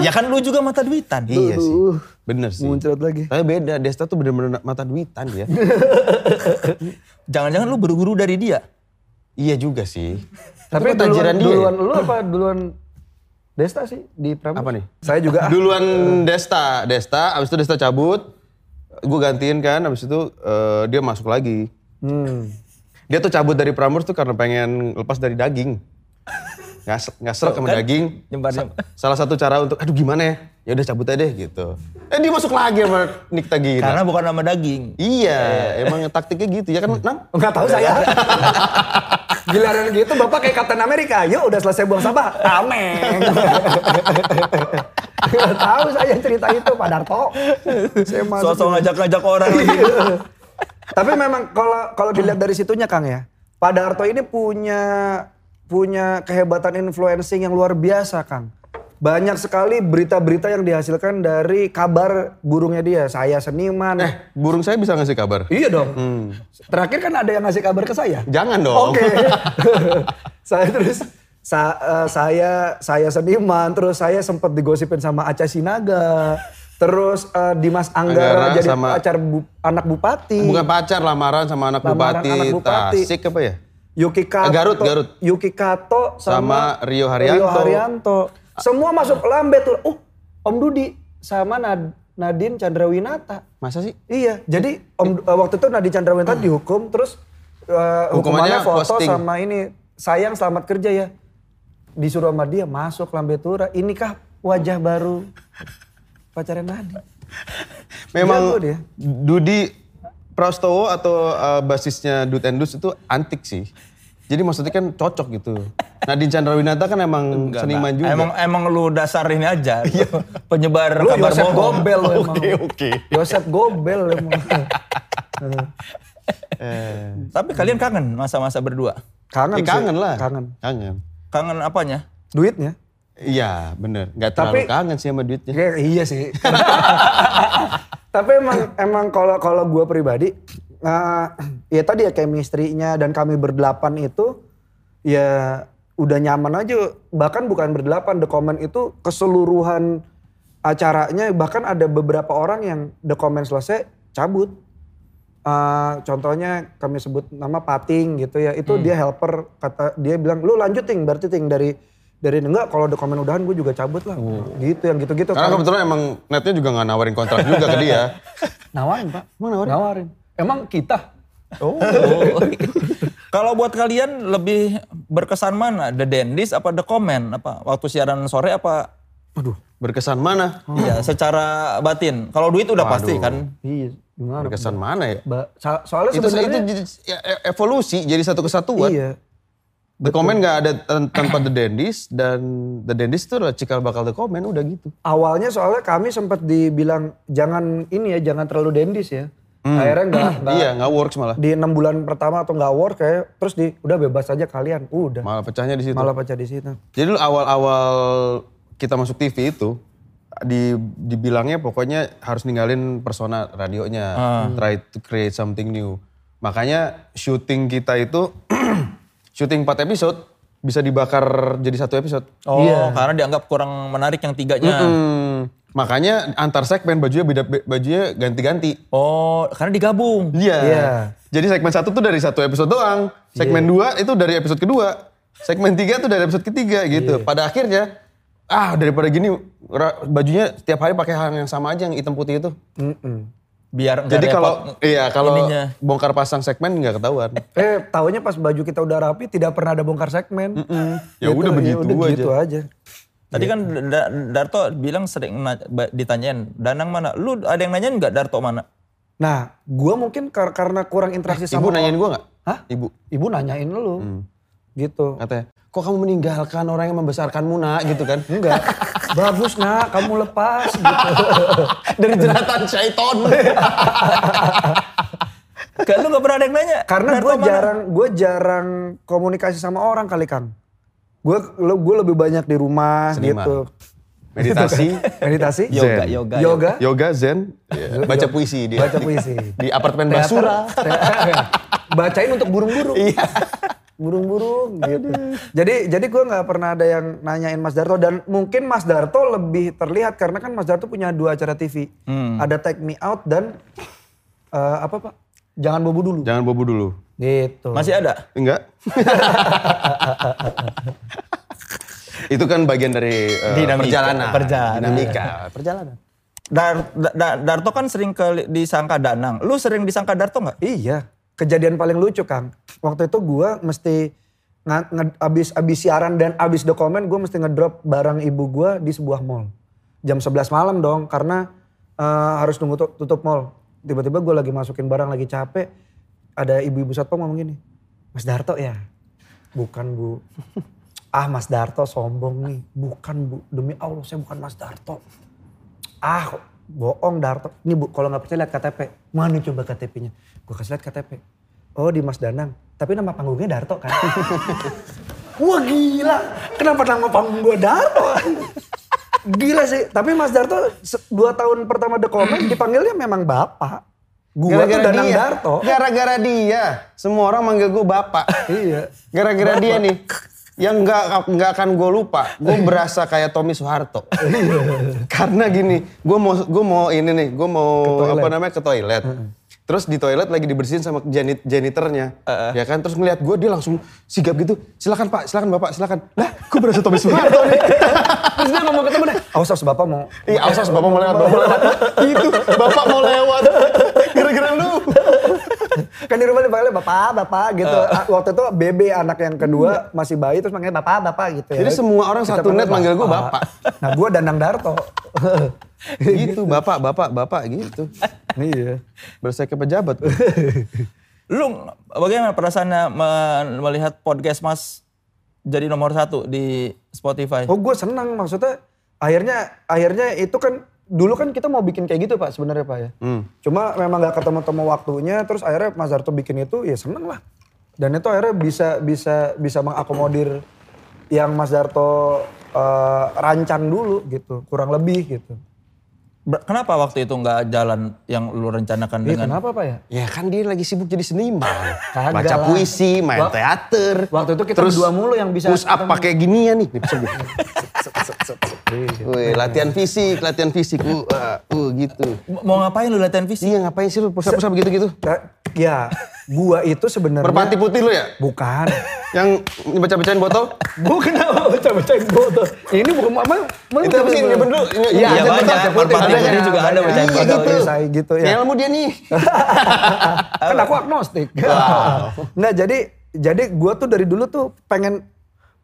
Ya kan lu juga mata duitan. Iya sih. Bener sih. Muncrat lagi. Tapi beda, Desta tuh bener-bener mata duitan dia. Jangan-jangan lu berguru dari dia. iya juga sih. Tapi kok duluan, tajiran dia ya? duluan lu apa duluan Desta sih di Prambors? Apa nih? Saya juga ah. Duluan Desta, Desta, abis itu Desta cabut, gue gantiin kan, abis itu eh, dia masuk lagi. Hmm. Dia tuh cabut dari Prambors tuh karena pengen lepas dari daging. Nggak, se- nggak serak Kan- sama daging. Nyebar Salah satu cara untuk, aduh gimana ya, ya udah cabut aja deh gitu. Eh dia masuk lagi sama Nikta Gina. Karena bukan nama daging. Iya, emang taktiknya gitu ya kan, Nang? Enggak tahu saya. Giliran gitu Bapak kayak Captain Amerika. Yuk udah selesai buang sampah. Ameng. Nggak tahu saya cerita itu Pak Darto. Saya masuk. Sosok ngajak-ngajak orang Iya. lagi. Tapi memang kalau kalau dilihat dari situnya Kang ya. Pak Darto ini punya punya kehebatan influencing yang luar biasa Kang. Banyak sekali berita-berita yang dihasilkan dari kabar burungnya dia. Saya seniman. Eh, burung saya bisa ngasih kabar. Iya dong. Terakhir kan ada yang ngasih kabar ke saya. Jangan dong. Oke. saya terus sa- eh, saya saya seniman, terus saya sempat digosipin sama Aca Sinaga. Terus eh, Dimas Anggara, Anggara jadi sama- pacar bu- anak bupati. Bukan pacar, lamaran sama anak Lamaran bupati. anak bupati. Tasik apa ya? Yuki Kato, Garut, Garut. Yuki Kato sama, Sama Rio Haryanto. Haryanto. Semua masuk lambe tuh. Uh, Om Dudi sama Nad- Nadine Chandrawinata. Masa sih? Iya, jadi om, eh, waktu itu Nadine Chandrawinata dihukum terus eh, Hmm. Hukumannya hukumannya foto posting. sama ini sayang selamat kerja ya. Disuruh sama dia masuk Lambe Tura. Inikah wajah baru pacarnya Nadine? Memang Jago Iya, dia. Dudi Prastowo atau uh, basisnya Dut and Dus itu antik sih. Jadi maksudnya kan cocok gitu. Nadine Chandrawinata kan emang Enggak, seniman enggak. juga. Emang emang lu dasar ini aja. Penyebar Lu kabar Yosep bohong. Gobel lu emang. Oke, oke. Yosep Gobel lu emang. Eh, Tapi kalian kangen masa-masa berdua? kangen, ya sih, kangen lah. Kangen. Kangen. Kangen apanya? Duitnya. Iya bener. Gak terlalu Tapi- kangen sih sama duitnya. Ya, iya sih. Tapi emang emang kalau kalau gue pribadi, eh, ya tadi ya chemistry-nya dan kami berdelapan itu ya udah nyaman aja. Bahkan bukan berdelapan, The Comment itu keseluruhan acaranya bahkan ada beberapa orang yang The Comment selesai cabut. Eh, contohnya kami sebut nama Pating gitu ya. Itu dia helper kata dia bilang lu lanjut ting berarti ting dari dari enggak kalau The Comment udahan gue juga cabut lah. Gitu yang gitu-gitu. Karena kebetulan emang netnya juga gak nawarin kontrak juga ke dia. Nawarin Oh. pak. Emang nawarin? Emang kita? Kalau buat kalian lebih berkesan mana? The Dentist apa The Comment? Apa waktu siaran sore apa? Aduh. Berkesan mana? Oh, Iya, secara batin. Kalau duit udah pasti kan. Iya. Gimana? Berkesan mana ya? Ba- so- soalnya Itu, itu sebenarnya jadi- e- evolusi jadi satu kesatuan. iya. The Comment nggak ada tan- tanpa The Dandies dan The Dandies itu adalah cikal bakal The Comment udah gitu. Awalnya soalnya kami sempat dibilang jangan ini ya, jangan terlalu dendis ya. Akhirnya nggak nggak- Hmm. Iya nggak works malah. di enam bulan pertama atau nggak work kayak terus di udah bebas aja kalian. Udah. Malah pecahnya di situ. Malah pecah di situ. Jadi dulu awal-awal kita masuk TV itu di dibilangnya pokoknya harus ninggalin persona radionya, try to create something new. Makanya syuting kita itu syuting 4 episode bisa dibakar jadi satu episode. Oh, karena dianggap kurang menarik yang tiganya. Hmm, makanya antar segmen bajunya beda bajunya ganti-ganti. Oh, karena digabung. Iya. Iya. Jadi segmen satu tuh dari satu episode doang. Segmen dua itu dari episode kedua. Segmen tiga tuh dari episode ketiga gitu. Pada akhirnya, ah daripada gini ra- bajunya setiap hari pakai hal yang sama aja yang hitam putih itu. Mm-mm. Biar nggak Jadi repot. kalau iya kalau ininya. bongkar pasang segmen nggak ketahuan. Eh, tahunya pas baju kita udah rapi tidak pernah ada bongkar segmen. Ya udah begitu aja. gitu aja. Tadi kan Da- Darto bilang sering na- ba- ditanyain, Danang mana? Lu ada yang nanyain nggak Darto mana? Nah, gua mungkin kar- karena kurang interaksi Eh, Ibu sama nanyain gue nggak? Hah? Ibu ibu nanyain lu. Gitu. Hmm. katanya, kok kamu meninggalkan orang yang membesarkanmu nak gitu kan? Enggak. Bagus nak, kamu lepas gitu. dari jeratan syaiton. Kayak lu nggak pernah ada yang nanya. Karena Darto gue mana? jarang, gue jarang komunikasi sama orang kali Kang. Gue gue lebih banyak di rumah Seniman. Iya. gitu. Meditasi, Meditasi, Yoga, yoga, Zen. yoga. yoga, yoga zen, Iya. baca puisi dia. baca puisi. Di apartemen Teater, Basura. teater. Bacain untuk burung-burung. Iya. burung-burung gitu. Jadi jadi gue nggak pernah ada yang nanyain Mas Darto dan mungkin Mas Darto lebih terlihat karena kan Mas Darto punya dua acara TV. Ada Take Me Out dan eh, apa Pak? Jangan bobo dulu. Jangan bobo dulu. Gitu. Masih ada? Enggak. itu kan bagian dari eh, Dinamika, perjalanan. perjalanan. Dinamika. Perjalanan. Dar, Da- Da- Darto kan sering ke, disangka Danang. Lu sering disangka Darto nggak? Iya, kejadian paling lucu Kang. Waktu itu gua mesti nga- nge- abis abis siaran dan abis dokumen gue mesti ngedrop barang ibu gua di sebuah mall. Jam 11 malam dong karena eh, harus nunggu tu- tutup mall. Tiba-tiba gue lagi masukin barang lagi capek. Ada ibu-ibu satpam ngomong gini, Mas Darto ya? Bukan bu. Ah Mas Darto sombong nih. Bukan bu, demi Allah saya bukan Mas Darto. Ah, bohong Darto. Ini bu, kalau nggak percaya lihat KTP. Mana coba KTP-nya? Gue kasih lihat KTP. Oh di Mas Danang. Tapi nama panggungnya Darto kan? Wah gila. Kenapa nama panggung gue Darto? gila sih. Tapi Mas Darto se- dua tahun pertama The Comment dipanggilnya memang bapak. Gue tuh Danang dia. Darto. Gara-gara dia. Semua orang manggil gue bapak. Iya. Gara-gara dia nih. Yang nggak nggak akan gue lupa. Gue berasa kayak Tommy Soeharto. Karena gini, gue mau gue mau ini nih, gue mau toilet. apa namanya ke toilet. Terus di toilet lagi dibersihin sama janit janiternya, ya kan? Terus ngeliat gue dia langsung sigap gitu, silakan pak, silakan bapak, silakan. Lah, gue berasa Tommy Soeharto nih. Terus dia ngomong ke temennya, Awas awas bapak mau. Ih, Iya, awas awas, bapak mau lewat, bapak mau lewat. Itu, bapak mau lewat. Gara-gara lu. Kan di rumah dipanggilnya bapak, bapak gitu. Ah, Waktu itu BB anak yang kedua masih bayi terus manggilnya bapak, bapak gitu ya. Iya. Jadi semua orang Kita satu net panggil manggil gue bapak. Nah gue Danang Darto. Gitu, bapak, bapak, bapak gitu. Iya. Berasa ke pejabat. gua. Lu bagaimana perasaannya me- melihat podcast Mas jadi nomor satu di Spotify? Oh gue senang maksudnya akhirnya akhirnya itu kan dulu kan kita mau bikin kayak gitu pak sebenarnya pak ya. Hmm. Cuma memang nggak ketemu-temu waktunya terus akhirnya Mas Darto bikin itu ya seneng lah. Dan itu akhirnya bisa bisa bisa mengakomodir yang Mas Darto eh, rancang dulu gitu kurang lebih gitu. Ber- Kenapa waktu itu nggak jalan yang lu Iya rencanakan dengan kenapa pak ya? Ya kan dia lagi sibuk jadi seniman. Kagak Baca lah. puisi, main Wak- teater. waktu itu kita berdua mulu yang bisa push up ketemu. pakai ginian nih. Nih, bisa gua. Wih, latihan fisik, latihan fisik. Uh, uh, uh, gitu. M- mau ngapain lu latihan fisik? Iya ngapain sih lu push up, push up gitu-gitu? Ka- Ya gua itu sebenarnya Merpati putih lu ya? bukan. Yang baca-bacain botol? Gue kenapa baca-bacain botol? Ini bukan mama. mama Itu apa sih? Nyimpen dulu. Ini- Iya, Iya, ada banyak. baca putih. Merpati Ada putih kan? juga ada Banyak. bacain Iya, botol. gitu. Saya gitu ya. Kayak ilmu dia nih. kan aku agnostik. Iya. Nggak, jadi jadi gue tuh dari dulu tuh pengen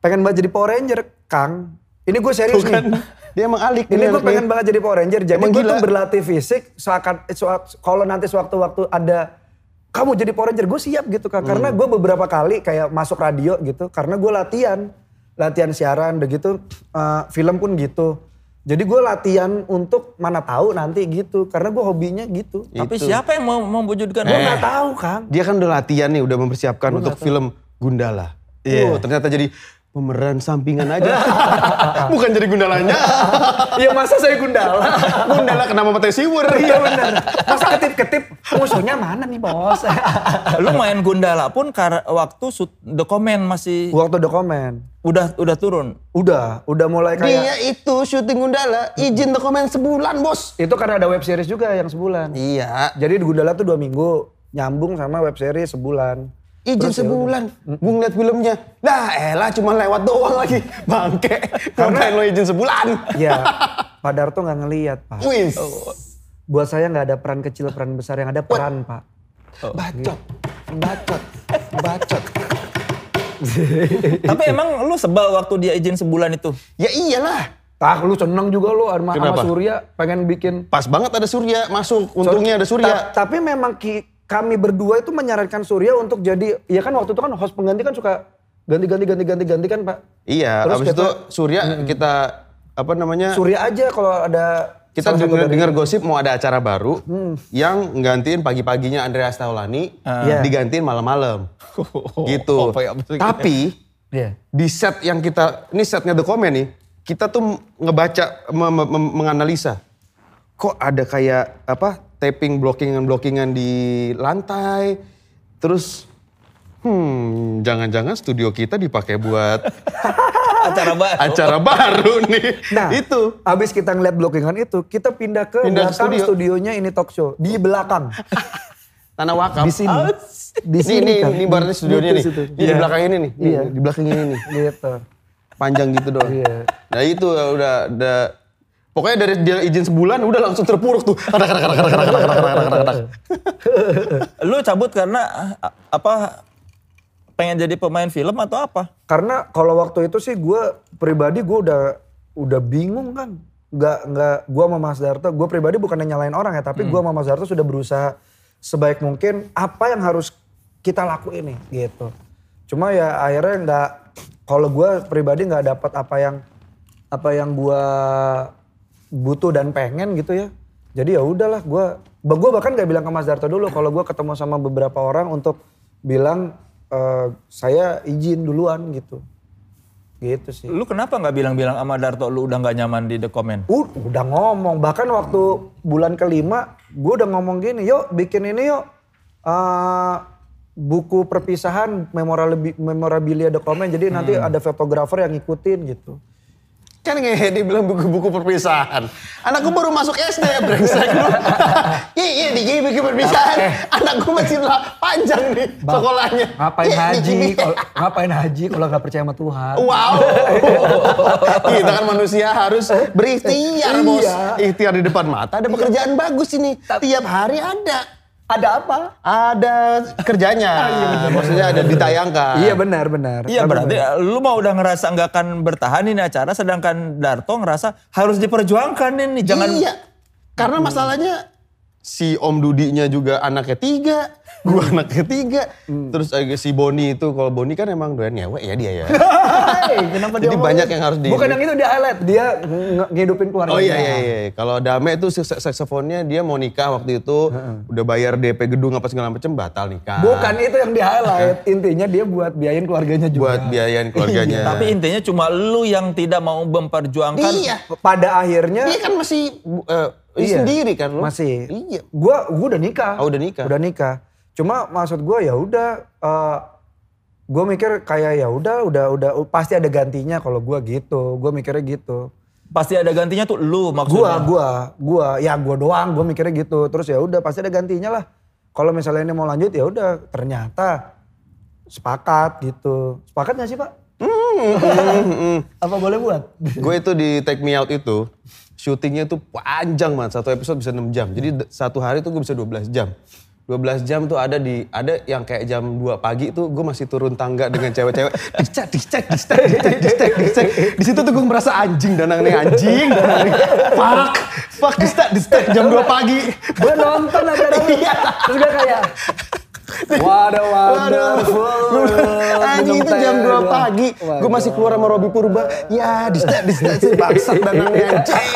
pengen banget jadi Power Ranger, Kang. Ini gue serius Bukan. nih. Dia emang alik. Ini bener gue nih. pengen banget jadi Power Ranger. Jadi Emang gue tuh gila. berlatih fisik seakan eh, sua- kalau nanti sewaktu-waktu ada kamu jadi Power Ranger, gue siap gitu kan. Karena gue beberapa kali kayak masuk radio gitu, karena gue latihan, latihan siaran, udah gitu, eh, film pun gitu. Jadi gue latihan untuk mana tahu nanti gitu, karena gue hobinya gitu. Tapi siapa yang mau mewujudkan? Gue Lu nggak nggak tahu. tahu kan. Dia kan udah latihan nih, udah mempersiapkan untuk film Gundala. Iya. ternyata jadi pemeran sampingan aja. Bukan jadi Gundalanya. Iya masa saya gundala. Gundala kena sama Teh Siwur. Iya benar. Masa ketip-ketip musuhnya mana nih bos? Lu main Gundala pun kar- waktu shoot- The Comment masih Waktu dokumen, udah udah turun. udah, udah mulai kayak. Dia itu syuting Gundala, izin dokumen sebulan bos. Itu karena ada web series juga yang sebulan. Iya, Jadi di Gundala tuh dua minggu, nyambung sama web series sebulan. ya izin sebulan. Gue ngeliat filmnya, lah elah cuma lewat doang lagi. Bangke, ngapain lo izin sebulan? Ya, Pak Darto nggak ngeliat Pak. Wis, Oh, Buat saya nggak ada peran kecil, peran besar yang ada peran Pak. bacot, bacot, bacot. Tapi emang lu sebel waktu dia izin sebulan itu. Ya iyalah, Tah lu seneng juga lu sama, sama Kenapa? Surya pengen bikin. pas banget ada Surya masuk. Untungnya ada Surya. Ta- tapi memang ki- kami berdua itu menyarankan Surya untuk jadi, ya kan waktu itu kan host pengganti kan suka ganti-ganti ganti-ganti ganti kan Pak. Iya, Terus abis kita- itu Surya kita apa namanya? Surya aja kalau ada kita salah satu dengar dari- dengar gosip mau ada acara baru yang nggantiin pagi-paginya Andreas Taulani Iya. digantiin malam-malam. gitu. apa ya, maksudnya? Tapi Iya. di set yang kita ini setnya The Comment nih, kita tuh ngebaca me- me- me- menganalisa kok ada kayak apa tapping blockingan blockingan di lantai terus Hmm, jangan-jangan studio kita dipakai buat Acara baru. acara baru nih. Nah, itu. Abis kita ngeliat blockingan itu, kita pindah ke Pindah ke belakang studio. studionya ini talk show. Di belakang. Tanah wakaf. di sini. Di Di sini. sini, kan. ini barunya studionya Di nih. situ. Ini Di Iya. belakang ini nih. Di- Iya. Di belakang ini nih. Gitu. Panjang gitu doang. Iya. Nah itu ya udah, udah Pokoknya dari dia izin sebulan udah langsung terpuruk tuh. Karak, karak, karak, karak, karak, karak, karak, karak, karak. Lu cabut karena a- apa pengen jadi pemain film atau apa? Karena kalau waktu itu sih gue pribadi gue udah udah bingung kan. Nggak, nggak, gue sama Mas Darto, gue pribadi bukan nyalain orang ya, tapi gua gue sama Mas Darto sudah berusaha sebaik mungkin apa yang harus kita lakuin nih gitu. Cuma ya akhirnya nggak, kalau gue pribadi nggak dapat apa yang apa yang gue butuh dan pengen gitu ya. Jadi ya udahlah gue, gue bahkan gak bilang ke Mas Darto dulu kalau gue ketemu sama beberapa orang untuk bilang eh, saya izin duluan gitu. Gitu sih. Lu kenapa nggak bilang-bilang sama Darto lu udah nggak nyaman di The Comment? U- udah ngomong bahkan waktu bulan kelima gue udah ngomong gini yuk bikin ini yuk eh, buku perpisahan memorabilia, memorabilia The Comment jadi nanti Hmm. ada fotografer yang ngikutin gitu Kan ngehe dia bilang buku-buku perpisahan. Anakku baru masuk SD, brengsek lu. Iya, iya, di gini buku perpisahan. Eh. Anakku masih la- panjang nih sekolahnya. ngapain Iya, di haji gini. kalau- ngapain haji kalau nggak percaya sama Tuhan Wow. Kita kan manusia harus berikhtiar, Bos. Iya. Ikhtiar di depan mata ada pekerjaan bagus ini. Tiap hari ada. ada apa Ada kerjanya. Maksudnya ada ditayangkan. iya benar benar Iya Benar, berarti benar. lu mau udah ngerasa nggak akan bertahan ini acara sedangkan Darto ngerasa harus diperjuangkan ini jangan Iya. Karena masalahnya si Om Dudinya juga anaknya tiga, gua anaknya tiga. Terus agak si Boni itu kalau Boni kan emang doyan ngewe ya dia ya. Hai, kenapa Jadi ngomongin? banyak yang harus di- bukan yang itu dia highlight dia nge- ngehidupin keluarga Oh iya iya iya. Kalau Dame itu seks- saksofonnya dia mau nikah waktu itu udah bayar DP gedung apa segala macam batal nikah. bukan itu yang di highlight intinya dia buat biayain keluarganya juga buat biayain keluarganya. Iya, Tapi kan intinya cuma lu yang tidak mau memperjuangkan iya, pada akhirnya dia kan masih bu- eh, sendiri kan lu. Masih. Iya. Gua gua udah nikah. Oh, udah nikah. Udah nikah. Cuma maksud gua ya udah eh, gua mikir kayak ya udah udah udah pasti ada gantinya kalau gua gitu. Gua mikirnya gitu. pasti ada gantinya tuh lu Gua maksudnya. gua gua ya gua doang gua mikirnya gitu. Terus ya udah pasti ada gantinya lah. Kalau misalnya ini mau lanjut ya udah ternyata sepakat gitu. Sepakat gak sih, Pak? Apa boleh buat? Gue itu di Take Me Out itu syutingnya itu panjang banget. Satu episode bisa 6 jam. Jadi d- satu hari itu gue bisa 12 jam. 12 jam tuh ada di ada yang kayak jam 2 pagi tuh gue masih turun tangga dengan cewek-cewek dicek dicek dicek dicek dicek dicek di situ tuh gue merasa anjing danang nih anjing danang nih. fuck fuck dicek dicek jam 2 pagi Gue nonton acara lu. Terus gue kayak What a wonderful world. anjing itu jam 2 pagi gue masih keluar sama Robi Purba ya dicek dicek bangsat danang nih anjing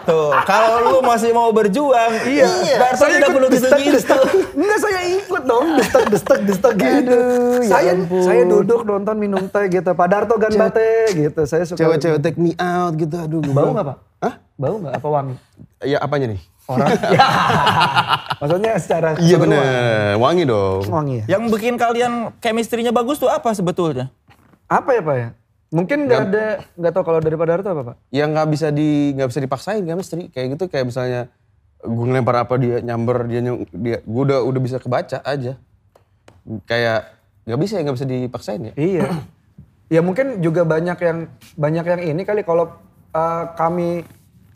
Tuh, kalau lu masih mau berjuang, iya. Darto Saya tidak ikut perlu destek, gitu-gitu. destek. Enggak saya ikut dong destek destek destek gitu. saya saya duduk nonton minum teh gitu. Pak Darto gan bate gitu. Saya suka cewek-cewek take me out gitu aduh gue bau bilang, nggak pak? Hah? Bau nggak? Apa wangi? Ya apanya nih? Orang. ya. Maksudnya secara Iya keseluruhan. bener, wangi dong. Wangi ya. Yang bikin kalian chemistry-nya bagus tuh apa sebetulnya? Apa ya pak ya? Mungkin nggak ada nggak tahu kalau dari Pak Darto apa pak? Yang nggak bisa di nggak bisa dipaksain chemistry kayak gitu kayak misalnya gue ngelempar apa dia nyamber dia nyung- dia gue udah udah bisa kebaca aja. Kayak nggak bisa ya nggak bisa dipaksain ya. Iya. ya mungkin juga banyak yang banyak yang ini kali kalau eh, kami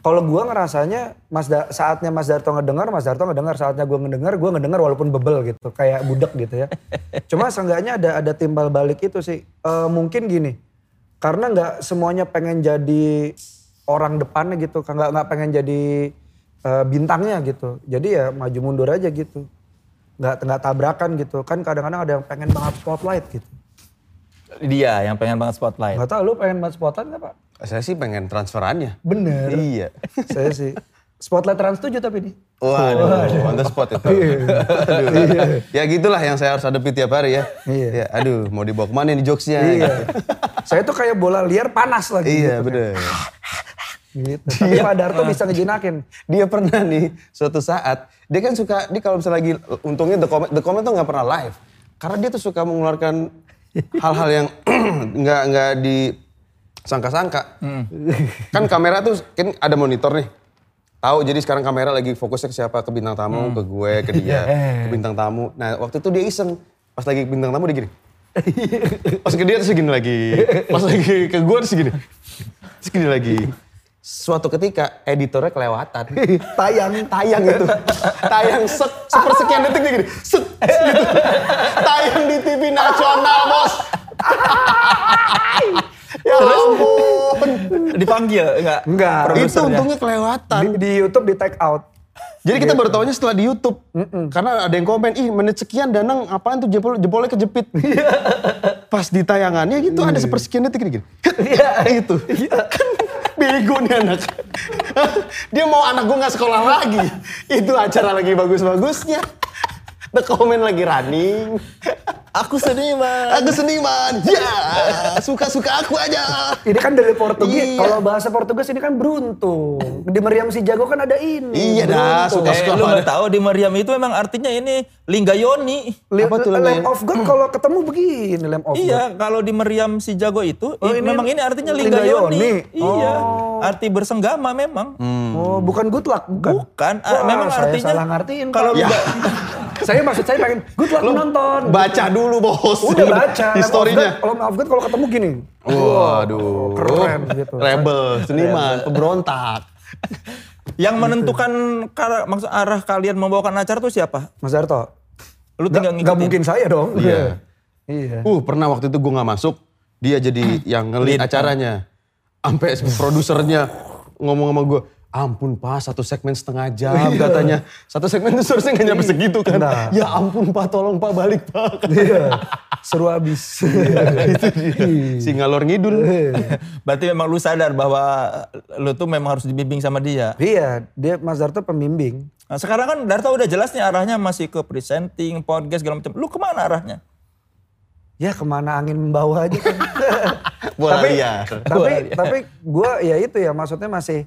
kalau gua ngerasanya Mas Da- saatnya Mas Darto ngedengar, Mas Darto ngedengar, saatnya gua ngedengar, gua ngedengar walaupun bebel gitu, kayak budak gitu ya. Cuma seenggaknya ada ada timbal balik itu sih. Eh, mungkin gini. Karena nggak semuanya pengen jadi orang depannya gitu, nggak nggak pengen jadi eh, bintangnya gitu. Jadi ya maju mundur aja gitu. Nggak nggak tabrakan gitu. Kan kadang-kadang ada yang pengen banget spotlight gitu. Dia yang pengen banget spotlight. Gak tau lu pengen banget spotlight gak pak? Saya sih pengen transferannya. Bener. Iya. Saya sih. Spotlight Trans 7 tapi nih. Waduh, on the spot itu. Aduh. ya gitulah yang saya harus hadapi tiap hari ya. Iya. Ya, aduh, mau dibawa kemana nih jokesnya? Iya. Saya tuh kayak bola liar panas lagi. Iya, gitu. bener. Gitu. Tapi Pak Darto bisa ngejinakin. Dia pernah nih suatu saat dia kan suka dia kalau misalnya lagi untungnya the comment the comment tuh nggak pernah live karena dia tuh suka mengeluarkan hal-hal yang nggak nggak disangka-sangka. kan kamera tuh kan ada monitor nih. Tahu jadi sekarang kamera lagi fokusnya ke siapa ke bintang tamu ke gue ke dia ke bintang tamu. Nah waktu itu dia iseng pas lagi ke bintang tamu dia gini. Pas ke dia terus gini lagi. Pas lagi ke gue terus gini. Terus gini lagi. Suatu ketika editornya kelewatan. Tayang. Tayang itu. Tayang set, sepersekian detik dia gini. Set, gitu. Tayang di TV nasional bos. ya ampun. Dipanggil enggak? Enggak. Itu Produsernya. untungnya kelewatan. Di, di Youtube di take out. Jadi kita baru taunya setelah di Youtube. Karena ada yang komen, ih menit sekian Danang apaan tuh jempol, jempolnya kejepit. Pas di tayangannya gitu ada sepersekian detik gini. Iya itu. Kan bego nih anak. Dia mau anak gue gak sekolah lagi. itu acara lagi bagus-bagusnya. The comment lagi running. Aku seniman. Aku seniman, ya suka-suka aku aja. Ini kan dari Portugis. Iya. Kalau bahasa Portugis ini kan beruntung. Di Meriam si Jago kan ada ini. Iya dah, beruntung. Eh, suka- lu nggak tahu di Meriam itu memang artinya ini Lingga Yoni. Li- Apa tuh Lamb namanya? of God kalau ketemu begini Lamb of God. Iya, kalau di Meriam si Jago itu Oh, i- ini memang ini artinya Lingga Lingga Yoni. Yoni. Iya. Oh. Arti bersenggama memang. Oh, bukan good luck, bukan. Bukan, ah, Wah, memang saya artinya salah ngertiin. kalau Pak. Ya. saya maksud saya pengen good luck nonton. Baca dulu bos. Udah baca. Historinya. Lamb of God- Lamb of God kalau ketemu gini. Waduh. Keren gitu. Rebel, seniman, pemberontak. Gitu. yang menentukan kar- maksud arah kalian membawakan acara tuh siapa? Mas Darto, Lu nggak tinggal nggak ngikutin. mungkin saya dong. Iya. Iya. Uh, pernah waktu itu gue nggak masuk, dia jadi yang ngelit acaranya. Sampai produsernya ngomong sama gue, ampun pak satu segmen setengah jam katanya. Satu segmen itu seharusnya nggak nyampe segitu kan. Iya. Nah. Ya ampun pak tolong pak balik pak. Iya. Seru Iya. abis. Iya, itu dia. Si ngalor ngidul. Iya. Berarti memang lu sadar bahwa lu tuh memang harus dibimbing sama dia. Iya, dia Mas Darto pembimbing. Nah, sekarang kan Darto udah jelas nih arahnya masih ke presenting, podcast segala macam. Lu kemana arahnya? Ya kemana angin membawa aja kan. Bola tapi, liar. tapi, tapi gue ya itu ya maksudnya masih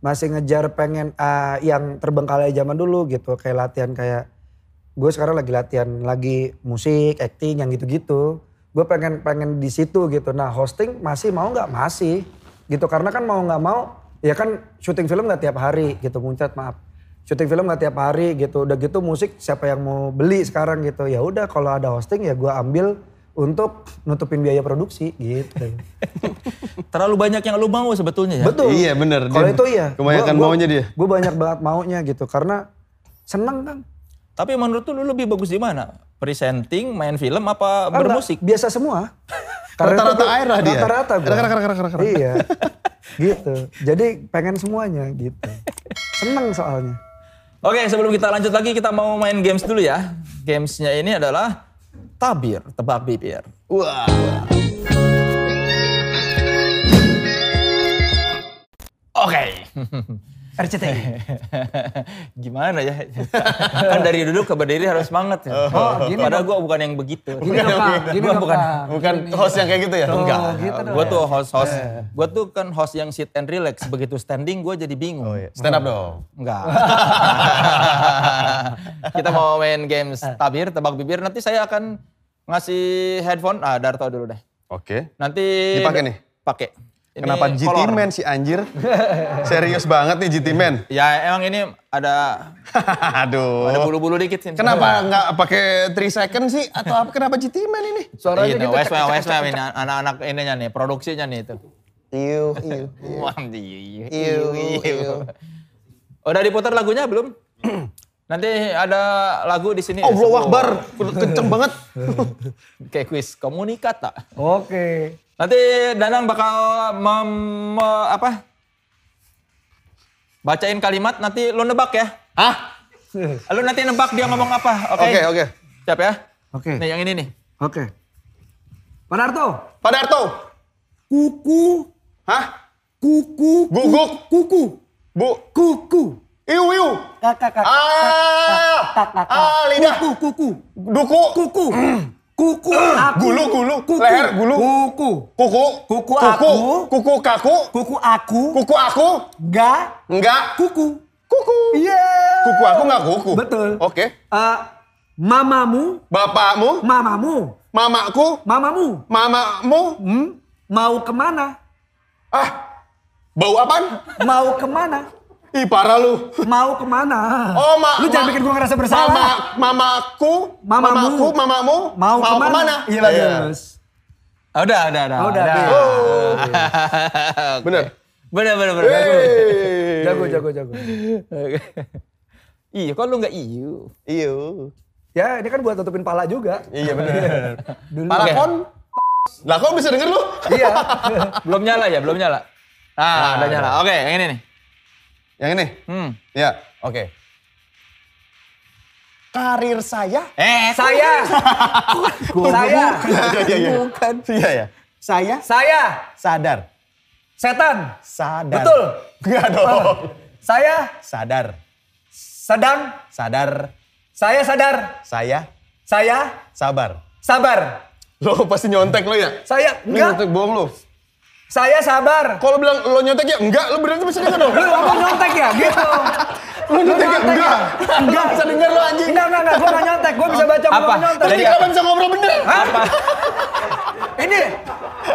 masih ngejar pengen ah, yang terbengkalai zaman dulu gitu. Kayak latihan kayak gue sekarang lagi latihan lagi musik, acting yang gitu-gitu. Gue pengen pengen di situ gitu. Nah hosting masih mau nggak masih gitu karena kan mau nggak mau ya kan syuting film nggak tiap hari gitu muncrat maaf. Syuting film nggak tiap hari gitu. Udah gitu musik siapa yang mau beli sekarang gitu. Ya udah kalau ada hosting ya gue ambil untuk nutupin biaya produksi gitu. Terlalu banyak yang lu mau sebetulnya ya. Betul. Iya, bener. Dia Kalau itu iya. kebanyakan maunya dia. Gue banyak banget maunya gitu karena seneng kan. Tapi menurut lu, lu lebih bagus di mana? Presenting, main film apa Ah, bermusik? enggak, biasa semua. Rata-rata itu- air lah dia. Rata-rata gue. Rata-rata, rata-rata, rata-rata. Iya. gitu. Jadi pengen semuanya gitu. Seneng soalnya. Oke, sebelum kita lanjut lagi kita mau main games dulu ya. Gamesnya ini adalah tabir, tebak bibir. Wah. Oke. RCTI. Gimana ya? kan dari duduk ke berdiri harus semangat ya. gini Padahal gua bukan yang begitu. Gini dong kak, gini Gua dong bukan. kak. Iya. Bukan host yang kayak gitu ya? Oh, Enggak. gitu dong. Gue tuh host-host, gue tuh kan host yang sit and relax. Begitu standing gue jadi bingung. Stand up dong. Enggak. Kita mau main games Eh. tabir, tebak bibir. Nanti saya akan ngasih headphone. Ah, Darto dulu deh. Oke. Nanti... Dipakai nih? Pakai. Ini Kenapa GT kolor. Man si anjir? Serius banget nih GT Man. Ya emang ini ada Aduh. ada bulu-bulu dikit sih. Oh. Kenapa nggak pakai 3 second sih? Atau apa? Kenapa GT Man ini? Suaranya gitu. Wes, wes, wes, wes, ini anak-anak ininya nih, produksinya nih itu. Iu, iu. Wah, iu, Iu, iu. Udah diputar lagunya belum? Nanti ada lagu di sini. ya, Allah sebuah- Akbar, kenceng banget. Kayak kuis komunikata. Oke. Nanti Danang bakal mem- me- apa? Bacain kalimat, nanti lu nebak ya. Hah? Eh, Lu nanti nebak dia ngomong apa, oke? Oke, oke. Siap ya? Oke. Nih yang ini nih. Oke. Pak Darto. Pak Darto. Kuku. Hah? Kuku. Guguk. Kuku. Bu. Kuku. Iu, iu. Kakak. Ah. Ah, lidah. Kuku. Duku. Kuku. Kuku Ah, aku. gulu, gulu. Kuku. Leher, gulu. Kuku. Kuku. Kuku aku. Kuku kaku. Kuku aku. Kuku aku. Nggak. Enggak. Kuku. Kuku. Iya. Kuku aku nggak kuku. Betul. Oke. Eh, mamamu. Bapakmu. Mamamu. Mamaku. Mamamu. Mamamu. Hmm? Mau kemana? Ah. Bau apaan? Mau kemana? Ih parah lu. Mau kemana? Oh, ma- Lu jangan ma- bikin gua ngerasa bersalah. Mama, mamaku, Mamamu. mamaku, mamamu, Mau, kemana? Iya, bagus. Ah, udah, udah, udah. Oh, udah. Oh, bener. Bener, bener, bener. Hey. Jago, jago, jago. Iya, kok lu nggak iyo? Iya. Ya ini kan buat tutupin pala juga. Iya bener. Parakon. Lah kok bisa denger lu? Iya. Belum nyala ya, belum nyala. Ah, udah nyala. Oke, yang ini nih. Yang ini? Hmm. Iya. Oke. Karir saya? Eh, Saya. saya. Iya, iya, iya. Bukan. Iya, ya. Saya Saya. Sadar. Setan. Sadar. Betul. Enggak dong. Saya Sadar. sedang. Sadar. Saya sadar. Saya Saya sabar. sabar. Lo pasti nyontek lo ya? Saya Lu enggak. nyontek bohong lo. Saya sabar. Kalau bilang lo nyontek ya enggak, lo berarti bisa denger dong. Lu apa nyontek ya? Gitu. Lu nyontek ya? ya? Enggak. Enggak bisa denger lo anjing. Enggak, enggak, enggak. Gue gak nyontek. Gue bisa baca Apa? gua nggak nyontek. Berarti kapan bisa ngobrol bener? Apa? Ini.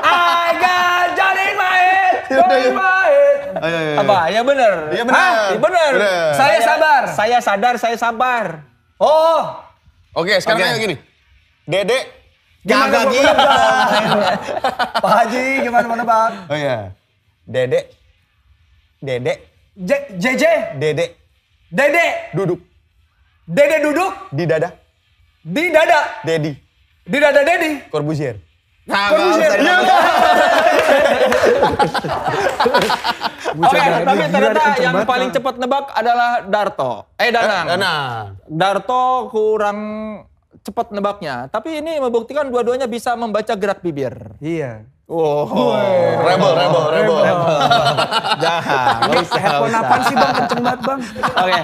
I got Johnny in my head. Ya udah, Johnny ya. in my head. Ayo, ayo, ayo. apa? Ya bener. Iya, bener. Hah? Iya, bener. Bener. Saya sabar. Saya sadar, saya sabar. Oh. Oke, Oke. sekarang kayak gini. Dede. Gimana Kagak gua gitu. Pak Haji gimana mana Pak? Oh iya. Dede. Dede. J JJ. Dede. Dede. Duduk Dede duduk di dada. di dada. Dedi. Di dada Dedi. Corbuzier. Nah, Corbuzier. Iya, enggak. Oke, tapi Gila, ternyata kenceng yang banget, paling cepat nebak adalah Darto. Eh, Danang. Danang. Darto kurang cepat nebaknya. Tapi ini membuktikan dua-duanya bisa membaca gerak bibir. Iya. Oh, rebel, rebel, rebel. Nah, Jangan. Ini headphone apaan sih bang? Kenceng banget bang. Oke,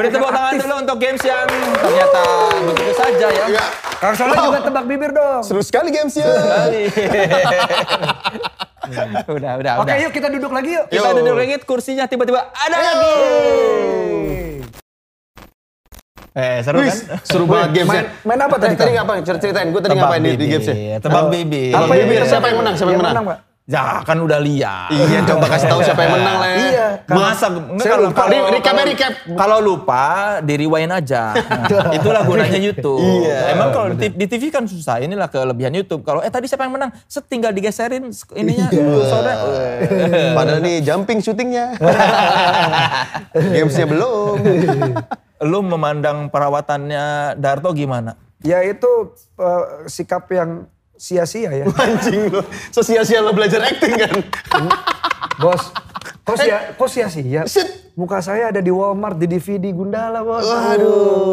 beri tepuk tangan dulu untuk games yang ternyata begitu saja ya. Iya. Kang Soleh juga tebak bibir dong. Seru sekali games ya. udah, udah, Oke udah. yuk kita duduk lagi yuk. Kita duduk lagi, kursinya tiba-tiba ada lagi. Eh, seru Wih, seru kan? banget games Main, main apa tadi? Tadi, Eh, tadi Kang? ngapain? Cer- Ceritain, gue tadi ngapain di, di games ya? Tebak bibir. Apa yang bibir? menang? Siapa yang menang? Siapa yang menang? Pak? Ya, kan udah lihat. Iya, coba kasih tahu siapa yang menang lah. Iya. Masa enggak Saya kalau lupa. kalau- Recap, kalau- recap. Kalau lupa di rewind aja. Nah, Itulah gunanya YouTube. Emang kalau di, di TV kan susah. Inilah kelebihan YouTube. Kalau eh tadi siapa yang menang? Setinggal digeserin sk- ininya. Saudara. Padahal nih jumping syutingnya. Gamesnya belum. Lu memandang perawatannya Darto gimana? Ya itu eh, sikap yang sia-sia ya. Anjing lo, sosial-sosial lo belajar acting kan? Bos, kok Eh. sia kok sia-sia? Sit. Muka saya ada di Walmart, di DVD Gundala, Bos.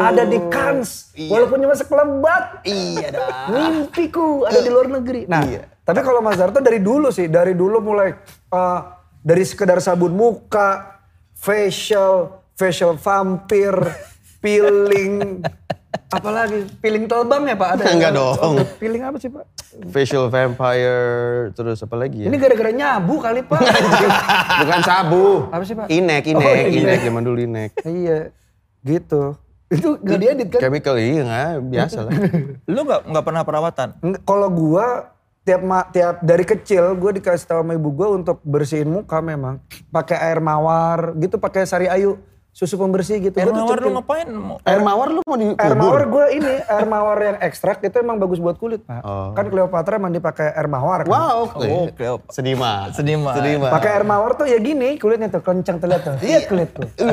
Ada di Kans, walaupun cuma sekelebat. iya dah. Iya. Mimpiku ada di luar negeri. Nah, tapi kalau Mas Darto dari dulu sih, dari dulu mulai eh, dari sekedar sabun muka, facial, facial vampir, peeling, apalagi peeling telbang ya Pak ada? ya? Enggak dong. Peeling apa sih Pak? Facial vampire, terus apa lagi ya? Ini gara-gara nyabu kali Pak. Bukan sabu. Apa sih, Pak? Inek, inek, Oh, inek. inek. Zaman dulu inek. iya, gitu. Itu gak diedit kan? Chemical iya nggak biasa lah. Lu nggak nggak pernah perawatan? Nggak, Kalau gua tiap ma- tiap dari kecil gua dikasih tahu sama ibu gua untuk bersihin muka memang pakai air mawar gitu pakai sari ayu susu pembersih gitu. Air Gua tuh mawar lu cepil. ngapain? Mau- Air mawar lu mau dikubur? Air mawar gua ini air mawar yang ekstrak itu emang bagus buat kulit pak. Kan Cleopatra mandi pakai air mawar. kan. Wow, oke. Oh, Cleopatra. Sedih mah. Sedih, Mat. Sedih mah. Pakai air mawar tuh ya gini kulitnya tuh kencang terlihat tuh. Iya kulit tuh. Eh,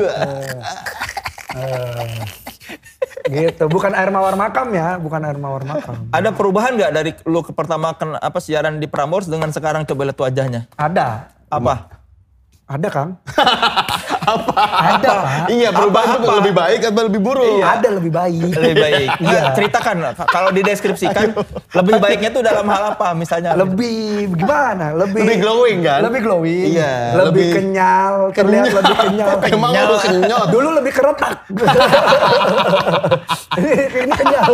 Gitu. Bukan air mawar makam ya, bukan air mawar makam. Ada perubahan nggak dari lu ke pertama ken, apa siaran di Prambors dengan sekarang coba lihat wajahnya? Ada, Apa? ada Kang. apa? Ada, Pak. Iya, perubahan itu lebih baik atau lebih buruk? Ada lebih baik. Iya. Lebih baik. Iya. Nggak, ceritakan kalau dideskripsikan lebih baiknya tuh dalam hal apa misalnya? lebih gimana? Lebih Lebih glowing, kan? Lebih glowing. Iya, Lebih, lebih- kenyal, terlihat Kenyal. lebih kenyal. Emang lu kenyot? Dulu lebih keretak. ini, ini kenyal.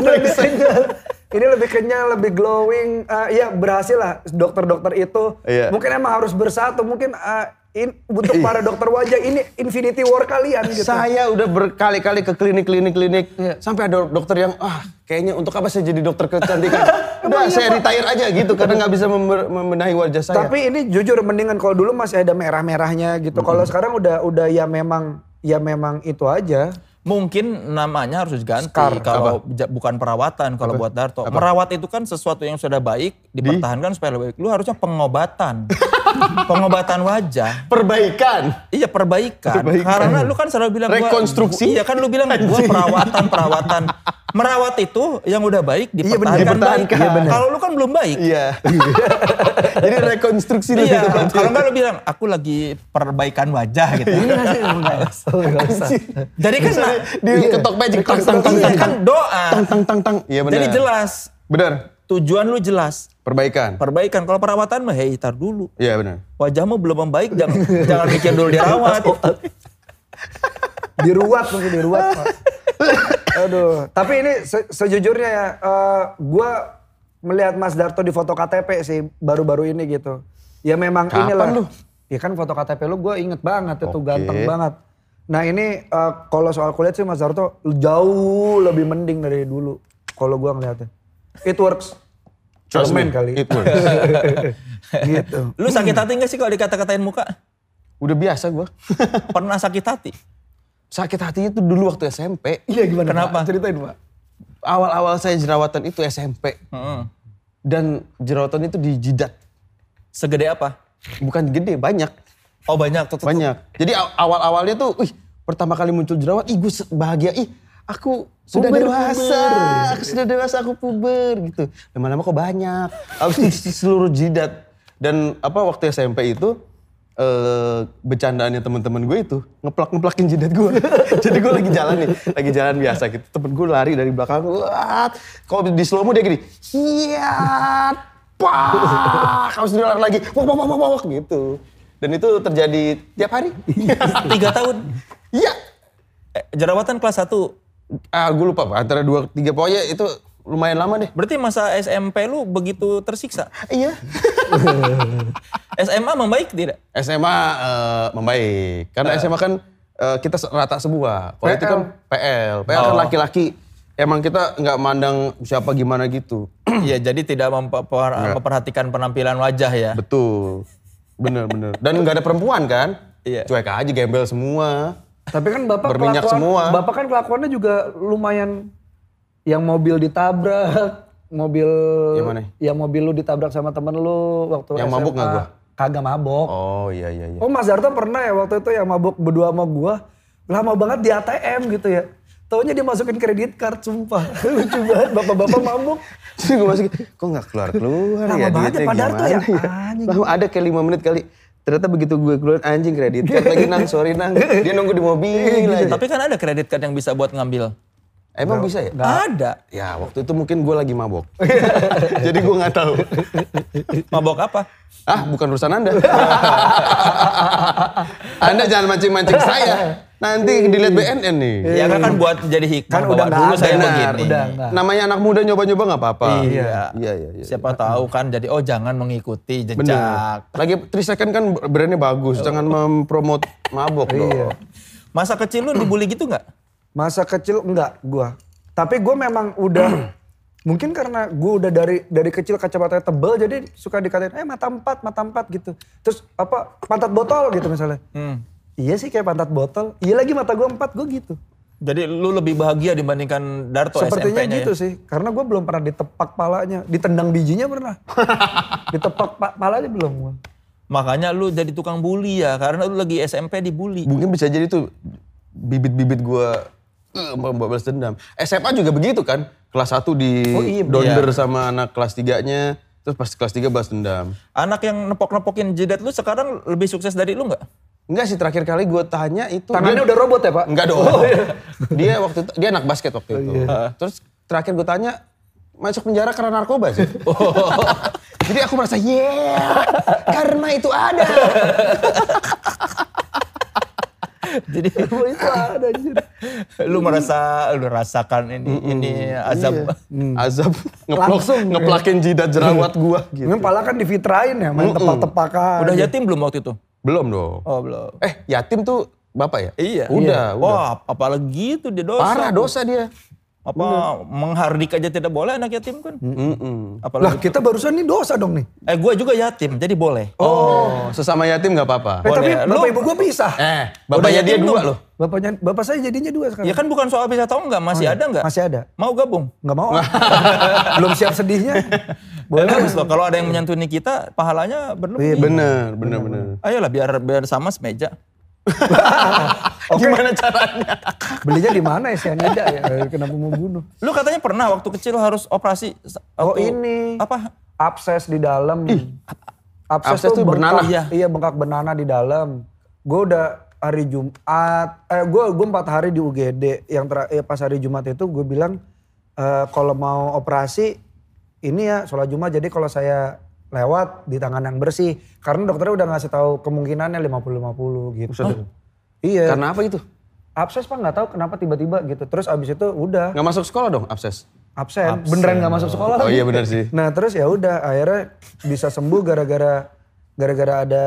ini lebih kenyal. Ini lebih kenyal, lebih glowing. Eh, Iya berhasil lah dokter-dokter itu. Iya. Mungkin emang harus bersatu. Mungkin eh, in- untuk para dokter wajah ini infinity war kalian gitu. Iya. Saya udah berkali-kali ke klinik-klinik-klinik sampai ada dokter yang ah kayaknya untuk apa saya jadi dokter kecantikan? iya, Udah saya retire aja gitu karena nggak bisa member- membenahi wajah saya. Tapi ini jujur mendingan kalau dulu masih ada merah-merahnya gitu. Kalau sekarang udah udah ya memang ya memang itu aja. Mungkin namanya harus diganti kalau ja- bukan perawatan kalau buat Darto. Merawat itu kan sesuatu yang sudah baik dipertahankan supaya lebih baik. Lu harusnya pengobatan. pengobatan wajah. perbaikan. Iya perbaikan. Perbaikan. Karena lu kan selalu bilang gua- Rekonstruksi? Iya kan lu bilang gua perawatan perawatan. Merawat itu yang udah baik dipertahankan. baik. Dipertahankan. Iya, bener. Kalau lu kan belum baik. Iya. jadi rekonstruksi lebih Iya, tepat. kalau nggak lu bilang aku lagi perbaikan wajah gitu. Iya, Jadi kan nah, di ketok magic tang tang tang iya tang kan tang doa. tang tang tang tang. Iya benar. Jadi jelas Benar. tujuan lu jelas. Perbaikan. Perbaikan kalau perawatan mah hei tar dulu. Iya benar. Wajahmu belum membaik jangan jangan mikir dulu dirawat. diruat mungkin diruat pak. Aduh, tapi ini se- sejujurnya ya, gue melihat Mas Darto di foto KTP sih baru-baru ini gitu. Ya memang Kapan inilah. lu? Ya kan foto KTP lu gue inget banget itu Oke. ganteng banget. Nah ini eh, kalau soal kulit sih Mas Darto jauh lebih mending dari dulu kalau gue ngeliatnya. It works. Trust me, Komen kali. it works. gitu. Lu sakit hati nggak sih kalau dikata-katain muka? Udah biasa gua. Pernah sakit hati? Sakit hatinya tuh dulu waktu SMP. Iya gimana? Kenapa? Pak? Ceritain pak. Awal-awal saya jerawatan itu SMP. Mm-mm. Dan jerawatan itu di jidat. Segede apa? Bukan gede, banyak. Oh banyak. Tuh, tuh, tuh. Banyak. Jadi aw- awal-awalnya tuh, wih pertama kali muncul jerawat, ih gue se- bahagia, ih aku sudah Puber, dewasa, puber. aku sudah dewasa, aku puber gitu. Lama-lama kok banyak. Abis itu se- seluruh jidat. Dan apa waktu SMP itu, eh bercandaannya teman-teman gue itu ngeplak ngeplakin jidat gue jadi gue lagi jalan nih lagi jalan biasa gitu temen gue lari dari belakang wah kalau di slow mo dia gini iya pak harus dia lari lagi wak wak wak wak, wak gitu dan itu terjadi tiap hari Tiga tahun. Iya. Eh, jerawatan kelas 1 Ah, gue lupa Pak. Antara dua tiga pokoknya itu lumayan lama deh. Berarti masa SMP lu begitu tersiksa. Iya. SMA membaik tidak? SMA eh, membaik. Karena SMA kan eh, kita se- rata semua. Kalau itu kan PL. PL kan laki-laki. Emang kita nggak mandang siapa gimana gitu. Iya, jadi tidak mempe- memperhatikan penampilan wajah ya. Betul. Bener-bener. Dan nggak ada perempuan kan? Iya. Cuek aja, gembel semua. Tapi kan bapak Berminyak kelakuan- semua. Bapak kan kelakuannya juga lumayan yang mobil ditabrak, mobil Yang mana? yang mobil lu ditabrak sama temen lu waktu Yang SMA. mabuk nggak gua? Kagak mabok. Oh. Oh iya iya iya. Mas Darto pernah ya waktu itu yang mabuk berdua sama gua lama banget di ATM gitu ya. Taunya dia masukin kredit card, sumpah. Lucu banget, bapak-bapak mabuk. Terus gue masuk, kok gak keluar-keluar Lama ya banget duitnya ya, padahal tuh ya, gimana anjing. Lama ada kayak lima menit kali. Ternyata begitu gue keluar anjing kredit. card lagi nang, sorry nang. Dia nunggu di Iya, mobil aja. gitu. Tapi kan ada kredit card yang bisa buat ngambil. Emang bisa ya? Ada. Ya waktu itu mungkin gue lagi mabok. Iya. Jadi gue gak tahu. Mabok apa? Ah bukan urusan anda. anda jangan mancing-mancing saya. Nanti dilihat Iya. BNN nih. Ya kan, kan buat jadi hikmah Kan udah bahwa nggak dulu ada, saya Benar, begini. udah nggak. Namanya anak muda nyoba-nyoba gak apa-apa. Iya. Iya, iya, iya. Siapa tahu kan jadi oh jangan mengikuti Iya. Bener. jejak. Lagi 3 second kan brandnya bagus. Jangan mempromot mabok Iya. dong. Masa kecil lu dibully gitu nggak? Masa kecil enggak gua. Tapi gua memang udah mungkin karena gua udah dari dari kecil kacamatanya tebel jadi suka dikatain eh mata empat, mata empat gitu. Terus apa pantat botol gitu misalnya. Iya sih kayak pantat botol. Iya lagi mata gua empat, gua gitu. Jadi lu lebih bahagia dibandingkan Darto Sepertinya SMP-nya gitu ya? sih. Karena gua belum pernah ditepak palanya, ditendang bijinya pernah. ditepak pa- palanya belum gua. Makanya lu jadi tukang bully ya karena lu lagi SMP dibully. Mungkin bisa jadi tuh bibit-bibit gua eh, membawa balas dendam. SMA juga begitu kan. Kelas 1 di Oh iya, donder sama anak kelas 3-nya. Terus pas kelas 3 balas dendam. Anak yang nepok-nepokin jidat lu sekarang lebih sukses dari lu nggak? Enggak sih terakhir kali gue tanya itu. Tangannya dia- udah robot ya pak? Enggak dong. dia waktu itu, dia anak basket waktu Oh, itu. iya. Terus terakhir gue tanya masuk penjara karena narkoba sih. Oh. Jadi aku merasa yeah karena itu ada. Jadi Oh, iya, lu merasa lu rasakan ini ini azab. Iya. Hmm. Azab ngeplok, ngeplakin jidat jerawat gue gitu. Memang pala kan difitrain ya, main tepak-tepakan. Udah yatim belum waktu itu? Belum dong. Oh, belum. Eh yatim tuh bapak ya? Iya. Udah, Iya. udah. Wah, apalagi itu dia dosa. Parah dosa dia. Apa menghardik aja tidak boleh anak yatim kan? Lah Mm-mm. Apalagi kita barusan ini dosa dong nih. eh gua juga yatim, jadi boleh. Oh, sesama yatim nggak apa-apa. Eh, tapi Boleh. bapak Lu- ibu gue pisah. Eh, Udah bapaknya dia yatim dua belum? loh. Bapaknya, bapak saya jadinya dua sekarang. Ya kan bukan soal bisa tahu nggak, Oh, masih iya. ada nggak? Masih ada. Mau gabung? Nggak mau. Belum siap sedihnya. Boleh. Bagus loh, kalau ada yang menyantuni kita, pahalanya berlebih. Iya, Bener, bener, bener. Ayolah biar biar sama semeja. Gimana caranya? Belinya di mana ya sianida ya? Kenapa mau bunuh? Lu katanya pernah waktu kecil harus operasi. s- Oh, waktu- ini. Apa? Abses di dalam. Abses, abses tuh tuh bengkak, bernanah. Iya. bengkak benana di dalam. Gue udah hari Jumat, eh gue gue empat hari di UGD. Yang terakhir pas hari Jumat itu gue bilang eh, kalau mau operasi ini ya sholat Jumat. Jadi kalau saya lewat di tangan yang bersih, karena dokternya udah ngasih tahu kemungkinannya 50-50 gitu. Iya. Karena apa itu? abses pak nggak tahu kenapa tiba-tiba gitu. Terus abis itu udah Nggak masuk sekolah dong, abses. absen, beneran nggak masuk sekolah. Oh lagi. iya benar sih. Nah terus ya udah akhirnya bisa sembuh gara-gara gara-gara ada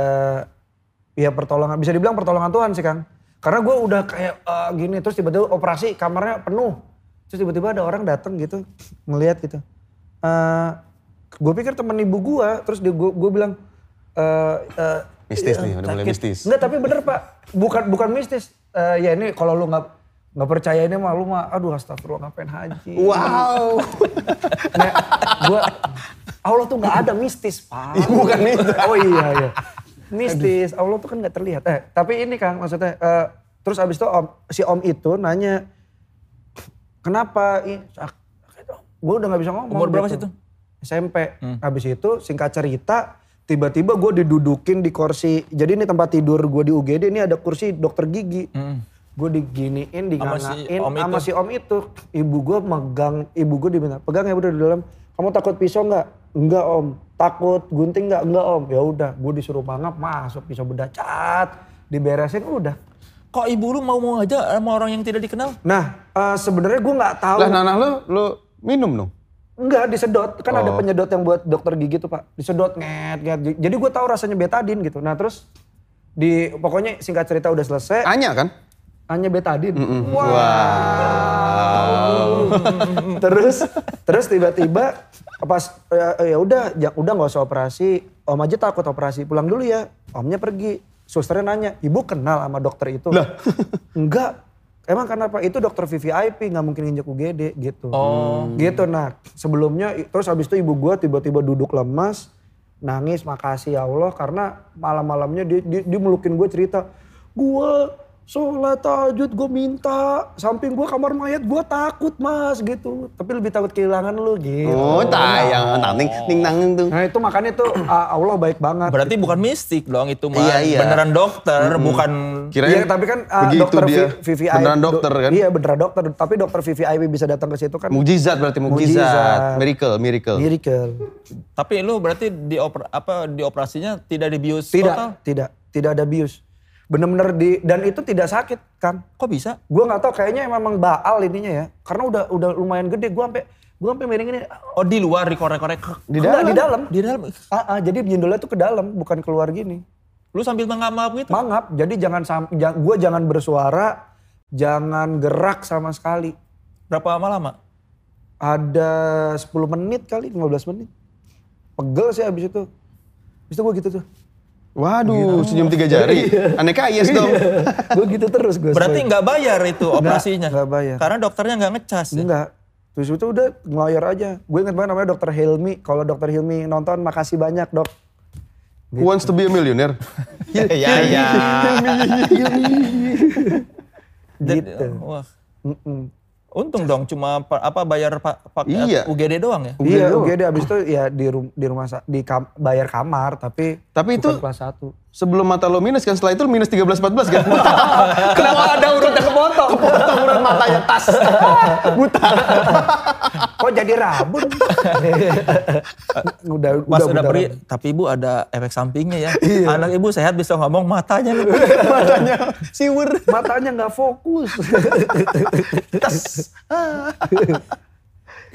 ya pertolongan bisa dibilang pertolongan Tuhan sih Kang. Karena gue udah kayak eh, gini terus tiba-tiba operasi kamarnya penuh terus tiba-tiba ada orang datang gitu ngelihat gitu. gue pikir temen ibu gue terus dia gue bilang eh, eh, iya, Mistis nih, udah mulai sakit. mistis. Enggak tapi bener pak, bukan bukan mistis. Eh, ya ini kalau lu nggak nggak percaya ini mah lu mah aduh astagfirullah ngapain haji. Wow. Nek, gua Allah tuh nggak ada mistis pak. Ih, bukan mistis. Oh iya iya. Mistis, Allah tuh kan nggak terlihat. Eh tapi ini kang maksudnya eh, terus abis itu om, si om itu nanya kenapa ini gue udah nggak bisa ngomong. gitu. Umur berapa sih itu? Hmm. SMP. Habis itu singkat cerita tiba-tiba gue didudukin di kursi. Jadi ini tempat tidur gue di UGD ini ada kursi dokter gigi. Hmm. Gue diginiin, diganain si om sama itu. si om itu. Ibu gue megang, ibu gue diminta, pegang ya udah di dalam. Kamu takut pisau nggak? Enggak om. Takut gunting nggak? Enggak om. Ya udah, gue disuruh mangap masuk pisau bedah cat, diberesin udah. Kok ibu lu mau mau aja sama orang yang tidak dikenal? Nah, eh, sebenarnya gue nggak tahu. Lah nah. nanah lu, lu minum dong. Enggak, disedot. Kan ada penyedot yang buat dokter gigi tuh pak. Disedot, nget, nget. Jadi gue tahu rasanya betadin gitu. Nah terus, di pokoknya singkat cerita udah selesai, Anya kan? hanya betadin. Wah. terus, terus tiba-tiba pas eh, ya udah, ja- udah nggak usah operasi. Om aja takut operasi, pulang dulu ya. Omnya pergi. Susternya nanya, ibu kenal sama dokter itu? Enggak. Emang kenapa? Itu dokter VVIP, nggak mungkin injek UGD gitu. Oh. Gitu, nah sebelumnya, i- terus habis itu ibu gua tiba-tiba duduk lemas, nangis makasih ya Allah karena malam-malamnya dia, dia, dia melukin gue cerita, gua sholat tahajud gue minta, samping gua kamar mayat gua takut mas gitu. Tapi lebih takut kehilangan lu gitu. Oh, tayang, nang ning ning nang ning tuh. Nah itu makanya tuh ah, Allah baik banget. Berarti bukan mistik dong itu mah. Iya, iya. Beneran dokter, bukan Iya, Kirain tapi kan ah, begitu dokter dia. V- VVIP. Beneran dokter kan? Iya beneran dokter, tapi dokter VVIP bisa datang ke situ kan. Mujizat berarti mujizat. Mujizat. Miracle, miracle. Miracle. tapi lu berarti di oper- apa di operasinya tidak dibius Tidak, total. tidak, tidak ada bius. Bener-bener di dan itu tidak sakit, kan? Kang. Kok bisa? Gua nggak tahu kayaknya memang baal ininya ya. Karena udah udah lumayan gede, gua sampai gua sampai miring ini. Oh di luar dikorek-korek. Di dalam, di dalam. Di dalam. Ah, ah, jadi jendela tuh ke dalam, bukan keluar gini. Lu sambil mengap gitu. Mangap. Jadi jangan sam, ja- gua jangan bersuara, jangan gerak sama sekali. Berapa lama lama? Ada 10 menit kali, 15 menit. Pegel sih abis itu. Abis itu gua gitu tuh. Waduh, Gitu. senyum tiga jari. Iya. Aneh kayes dong. gua gitu terus gua. Berarti nggak bayar itu operasinya. nggak bayar. Gitu. Karena dokternya nggak ngecas. ya? Enggak. Terus itu udah ngelayar aja. Gue inget banget namanya dokter Hilmi. Kalau dokter Hilmi nonton makasih banyak dok. Who wants to be a millionaire? Gitu. Iya iya. Dan- Gitu. Wah. Mm-mm. Untung dong cuma pa- apa bayar pa- eh, pakai Iya. UGD doang ya. Iya UGD abis itu ya di, rum- di rumah sa- di kam- bayar kamar tapi Tapi itu bukan kelas 1. sebelum mata lo minus kan setelah itu lo minus 13-14 kan? Kenapa ada urutan kepotong? Kepotong urat matanya tas. Buta. Kok jadi rabun? udah, Iya. Mas udah, buta pergi, rabun. tapi ibu ada efek sampingnya ya. Anak ibu sehat bisa ngomong matanya. nih. matanya siwer. Matanya nggak fokus.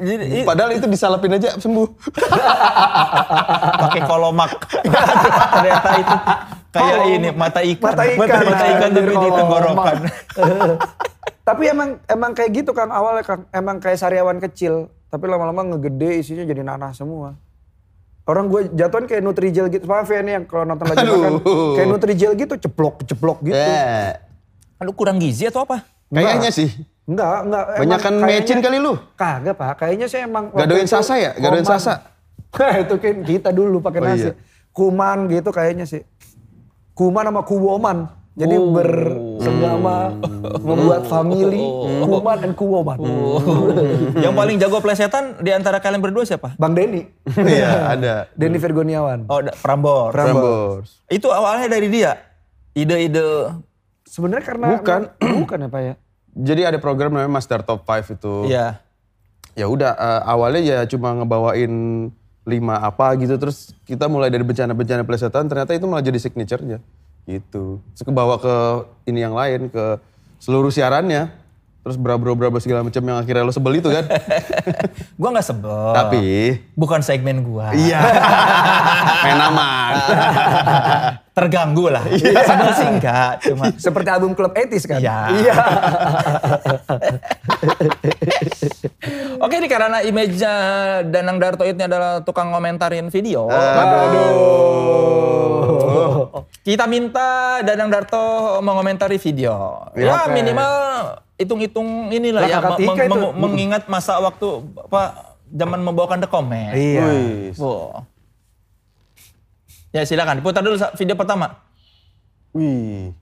Jadi i- Padahal itu disalapin aja sembuh. pakai kolomak. Ternyata itu kayak ini mata ikan. Mata ikan. Mata ikan tapi di Kolomak. tenggorokan. tapi emang emang kayak gitu kan awalnya Kang. Emang kayak sariawan kecil. Tapi lama-lama ngegede isinya jadi nanah semua. Orang gue jatuhin kayak Nutrijel gitu. Maaf ya nih yang kalau nonton lagi Aduh. makan. Kayak Nutrijel gitu ceplok-ceplok gitu. Ya. Lu kurang gizi atau apa? Kayaknya sih. Enggak, enggak. Emang Banyakan kayaknya- kan mecin kali lu. Kagak pak, kayaknya saya emang. waktu Gadoin itu sasa ya? Gadoin kuman. sasa? itu kan kita dulu pakai Oh, nasi. iya. Kuman gitu kayaknya sih. Kuman sama kuwoman. Jadi Oh. bersenggama Hmm. membuat family Oh. kuman dan kuwoman. Yang paling jago plesetan di antara kalian berdua siapa? Bang Denny, Iya, ada. Denny Virgoniawan. Oh, da- Prambor. Prambors. Itu awalnya dari dia. Ide-ide Sebenarnya karena Bukan. bukan ya pak ya. Jadi ada program namanya Master Top 5 itu. ya. Ya udah eh, awalnya ya cuma ngebawain lima apa gitu terus kita mulai dari bencana-bencana plesetan ternyata itu malah jadi signaturenya gitu. Terus kebawa ke ini yang lain ke seluruh siarannya terus berabro-brabro segala macam yang akhirnya lo sebel itu kan. Gua nggak sebel. Tapi bukan segmen gua. iya. Main aman. Terganggu lah. Sebel sih enggak, cuma Iya, Seperti album Club Etis kan. Iya. Oke nih karena image-nya Danang Darto ini adalah tukang komentarin video. Oh, Kita minta Danang Darto mengomentari video. Ya, Ya, oke. minimal hitung-hitung inilah Lah, ya kakak meng- Tika itu. meng- mengingat masa waktu apa zaman membawakan The Comment. Iya. Wih. Wow. Ya silakan putar dulu sa- video pertama. Wih.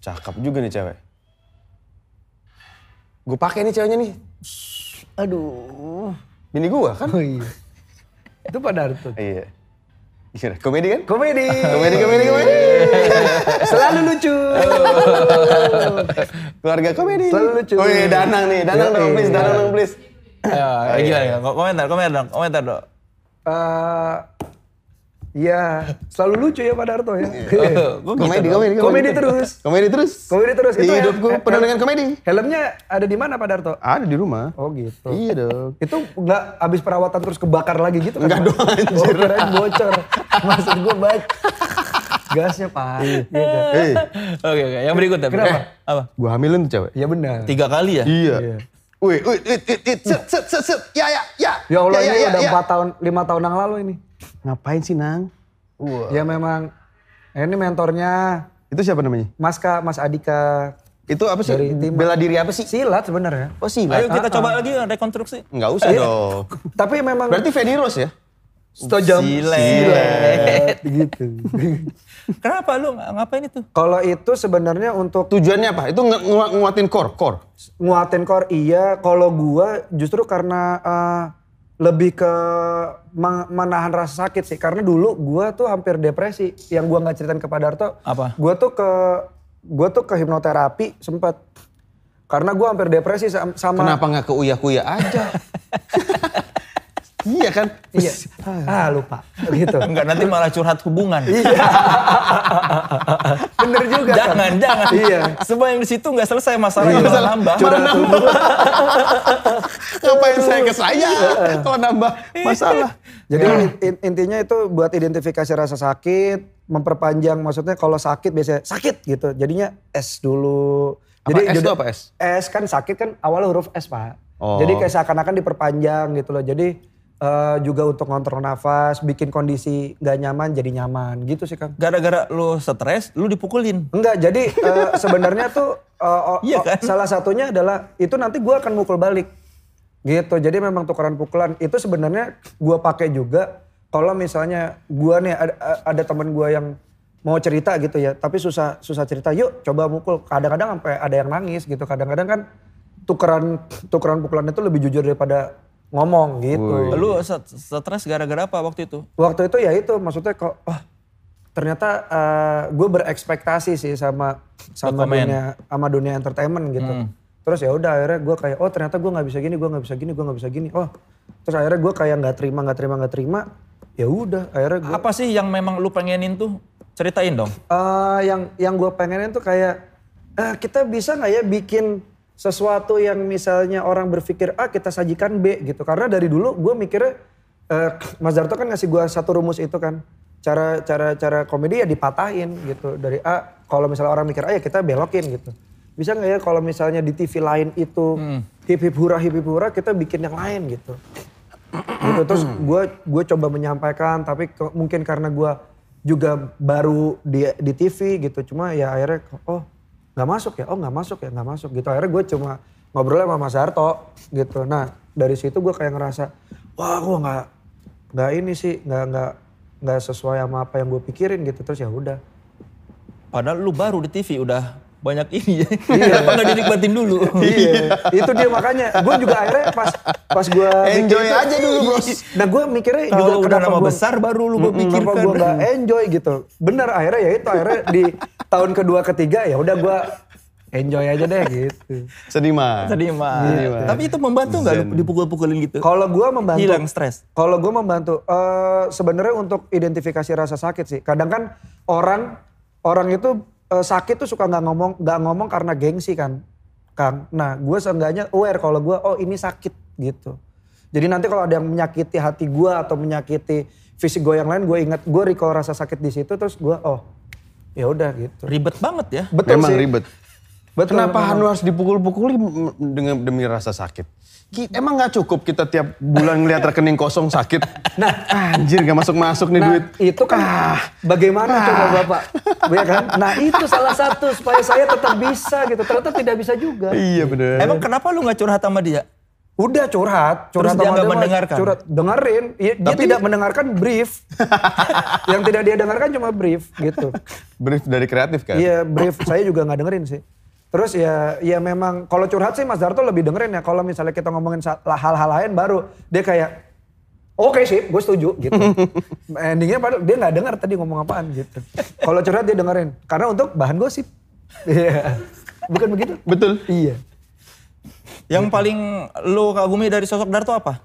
Cakep juga nih cewek. Gue pakai nih ceweknya nih. Aduh. Bini gua kan? Oh, iya. Itu Pak Darto. Iya. Gimana? Komedi kan? Komedi. Komedi, komedi, komedi. Selalu lucu. Keluarga komedi. Selalu lucu. Oh iya, Danang nih. Danang dong, Yoi. please. Danang dong, please. Oh, Ayo, iya, ayo, Ya, eh, gimana, gimana? Kom- Komentar, komentar dong, komentar dong. Eh, ya, selalu lucu ya Pak Darto Iya. ya. Gua gitu Komedi, dong. komedi, Komedi terus. Komedi terus. Komedi terus. Itu Itu hidup ya- gue ya- penuh ya- dengan komedi. Helmnya ada di mana Pak Darto? Ada di rumah. Oh gitu. Iya dong. Itu nggak habis perawatan terus kebakar lagi gitu kan? Nggak Pak? dong, anjir. Oh, kirain bocor. Maksud gue baik. Gasnya Pak. Iya kan? Hei, Oke, oke. Yang berikutnya. Kenapa? Eh, Apa? gue hamilin tuh cewek. Ya benar. Tiga kali ya? Iya. Iya. Wih, wih, wih, wih, wih, set, set, set, set, ya, ya, ya. Ya Allah ya, ini ya, udah ya. empat tahun, lima tahun yang lalu ini. Ngapain sih, Nang? Ya memang. Eh, Ini mentornya Itu siapa namanya? Mas Ka, Mas Adika. Itu apa sih? Dari tim- Bela diri apa sih? Silat sebenarnya. Oh, sih. Ayo Ah, kita coba lagi rekonstruksi. Enggak Eh, iya. usah dong. Tapi memang Berarti Feni Rose ya? Stojam. Silet. Silet, gitu. Kenapa lu ng- ngapain itu? Kalau itu sebenarnya untuk Tujuannya apa? Itu nge- ngu- nguatin core, core. nguatin core iya, kalau gua justru karena eh, lebih ke meng- menahan rasa sakit sih. Karena dulu gua tuh hampir depresi. Yang gua nggak ceritain kepada Darto. Apa? Gua tuh ke gua tuh ke hipnoterapi sempat karena gua hampir depresi sam- sama Kenapa nggak ke Uya Kuya aja? iya kan? Iya. Ah, lupa. Gitu. Enggak, nanti malah curhat hubungan. Iya. Bener juga. Kang. jangan, jangan. Iya. Semua yang di situ nggak selesai masalahnya malah nambah. Curhat nambah. Ngapain saya ke saya? Kalau nambah Iya. masalah. Jadi Iya. in- intinya itu buat identifikasi rasa sakit, memperpanjang maksudnya kalau sakit biasanya sakit gitu. Jadinya S dulu. Apa Jadi S itu jadi- apa S? S kan sakit kan awal huruf S Pak. Oh. Jadi kayak seakan-akan diperpanjang gitu loh. Jadi eh, juga untuk ngontrol nafas, bikin kondisi nggak nyaman jadi nyaman gitu sih Kang. Gara-gara lu stres, lu dipukulin. Enggak, jadi eh, sebenarnya tuh eh, o- o- Iya kan? salah satunya adalah itu nanti gua akan mukul balik. Gitu. Jadi memang tukaran pukulan itu sebenarnya gua pakai juga kalau misalnya gua nih ada, ada teman gua yang mau cerita gitu ya, tapi susah susah cerita. Yuk coba mukul. Kadang-kadang sampai ada yang nangis gitu. Kadang-kadang kan tukaran tukaran pukulan itu lebih jujur daripada ngomong gitu. Lu set- stres gara-gara apa waktu itu? Waktu itu ya itu maksudnya kok wah ternyata gue berekspektasi sih sama sama Dokumen. dunia sama dunia entertainment gitu. Terus ya udah akhirnya gue kayak oh ternyata gue nggak bisa gini, gue nggak bisa gini, gue nggak bisa gini. Oh terus akhirnya gue kayak nggak terima, nggak terima, nggak terima. Ya udah akhirnya gue Apa sih yang memang lu pengenin tuh? Ceritain dong. Eh, yang yang gue pengenin tuh kayak eh, kita bisa nggak ya bikin sesuatu yang misalnya orang berpikir A kita sajikan B gitu karena dari dulu gue mikirnya eh, Mas Darto kan ngasih gue satu rumus itu kan cara cara cara komedi ya dipatahin gitu dari A kalau misalnya orang mikir A ya kita belokin gitu bisa nggak ya kalau misalnya di TV lain itu hip hip hura hip hip hura kita bikin yang lain gitu gitu terus gue gue coba menyampaikan tapi ke- mungkin karena gue juga baru di di TV gitu cuma ya akhirnya oh nggak masuk ya oh nggak masuk ya nggak masuk gitu akhirnya gue cuma ngobrol sama Mas Harto gitu nah dari situ gue kayak ngerasa wah gue nggak nggak ini sih nggak nggak nggak sesuai sama apa yang gue pikirin gitu terus ya udah Padahal lu baru di TV udah banyak ini ya. Kenapa nggak dinikmatin dulu? iya itu dia makanya gue juga akhirnya pas pas gue Enjoy aja dulu, Bos. nah gue mikirnya juga Kalau udah kenapa nama gua- besar baru lu Pikir berpikir apa gue nggak enjoy gitu. Bener akhirnya ya itu akhirnya di tahun kedua ketiga ya udah gue enjoy aja deh gitu. Sedih mah. Tadi mah. Iya, Tapi itu membantu nggak lu dipukul-pukulin gitu? Kalau gue membantu, Hilang stres. Kalau gue membantu, eh, sebenarnya untuk identifikasi rasa sakit sih. Kadang kan orang orang itu eh, sakit tuh suka nggak ngomong nggak ngomong karena gengsi kan, Kang. Nah gue seenggaknya aware kalau gue oh ini sakit gitu. Jadi nanti kalau ada yang menyakiti hati gue atau menyakiti fisik gue yang lain, gue ingat gue recall rasa sakit di situ terus gue oh ya udah gitu. Ribet banget ya. Betul Memang sih. ribet. Betul, Kenapa memang. Hanu harus dipukul-pukuli m- dengan demi rasa sakit? Ki- Emang nggak cukup kita tiap bulan ngelihat rekening kosong sakit? Nah, anjir gak masuk-masuk nih Nah, duit. itu kan bagaimana coba Bapak? Ya kan? Nah, itu salah satu supaya saya tetap bisa gitu. Ternyata tidak bisa juga. Iya bener. Emang kenapa lu nggak curhat sama dia? Udah curhat, curhat dia sama nggak mah mendengarkan? Curhat, dengerin. Iya, Dia, Tapi- tidak mendengarkan brief. Yang tidak dia dengarkan cuma brief gitu. Brief dari kreatif kan? Iya, brief saya juga nggak dengerin sih. Terus ya, ya memang kalau curhat sih Mas Darto lebih dengerin ya. Kalau misalnya kita ngomongin sa- hal-hal lain baru dia kayak oke sih, gue setuju gitu. Endingnya padahal dia nggak dengar tadi ngomong apaan gitu. Kalau curhat dia dengerin karena untuk bahan gosip. Iya. Bukan begitu? Betul. Iya. Yang paling lu kagumi dari sosok Darto apa?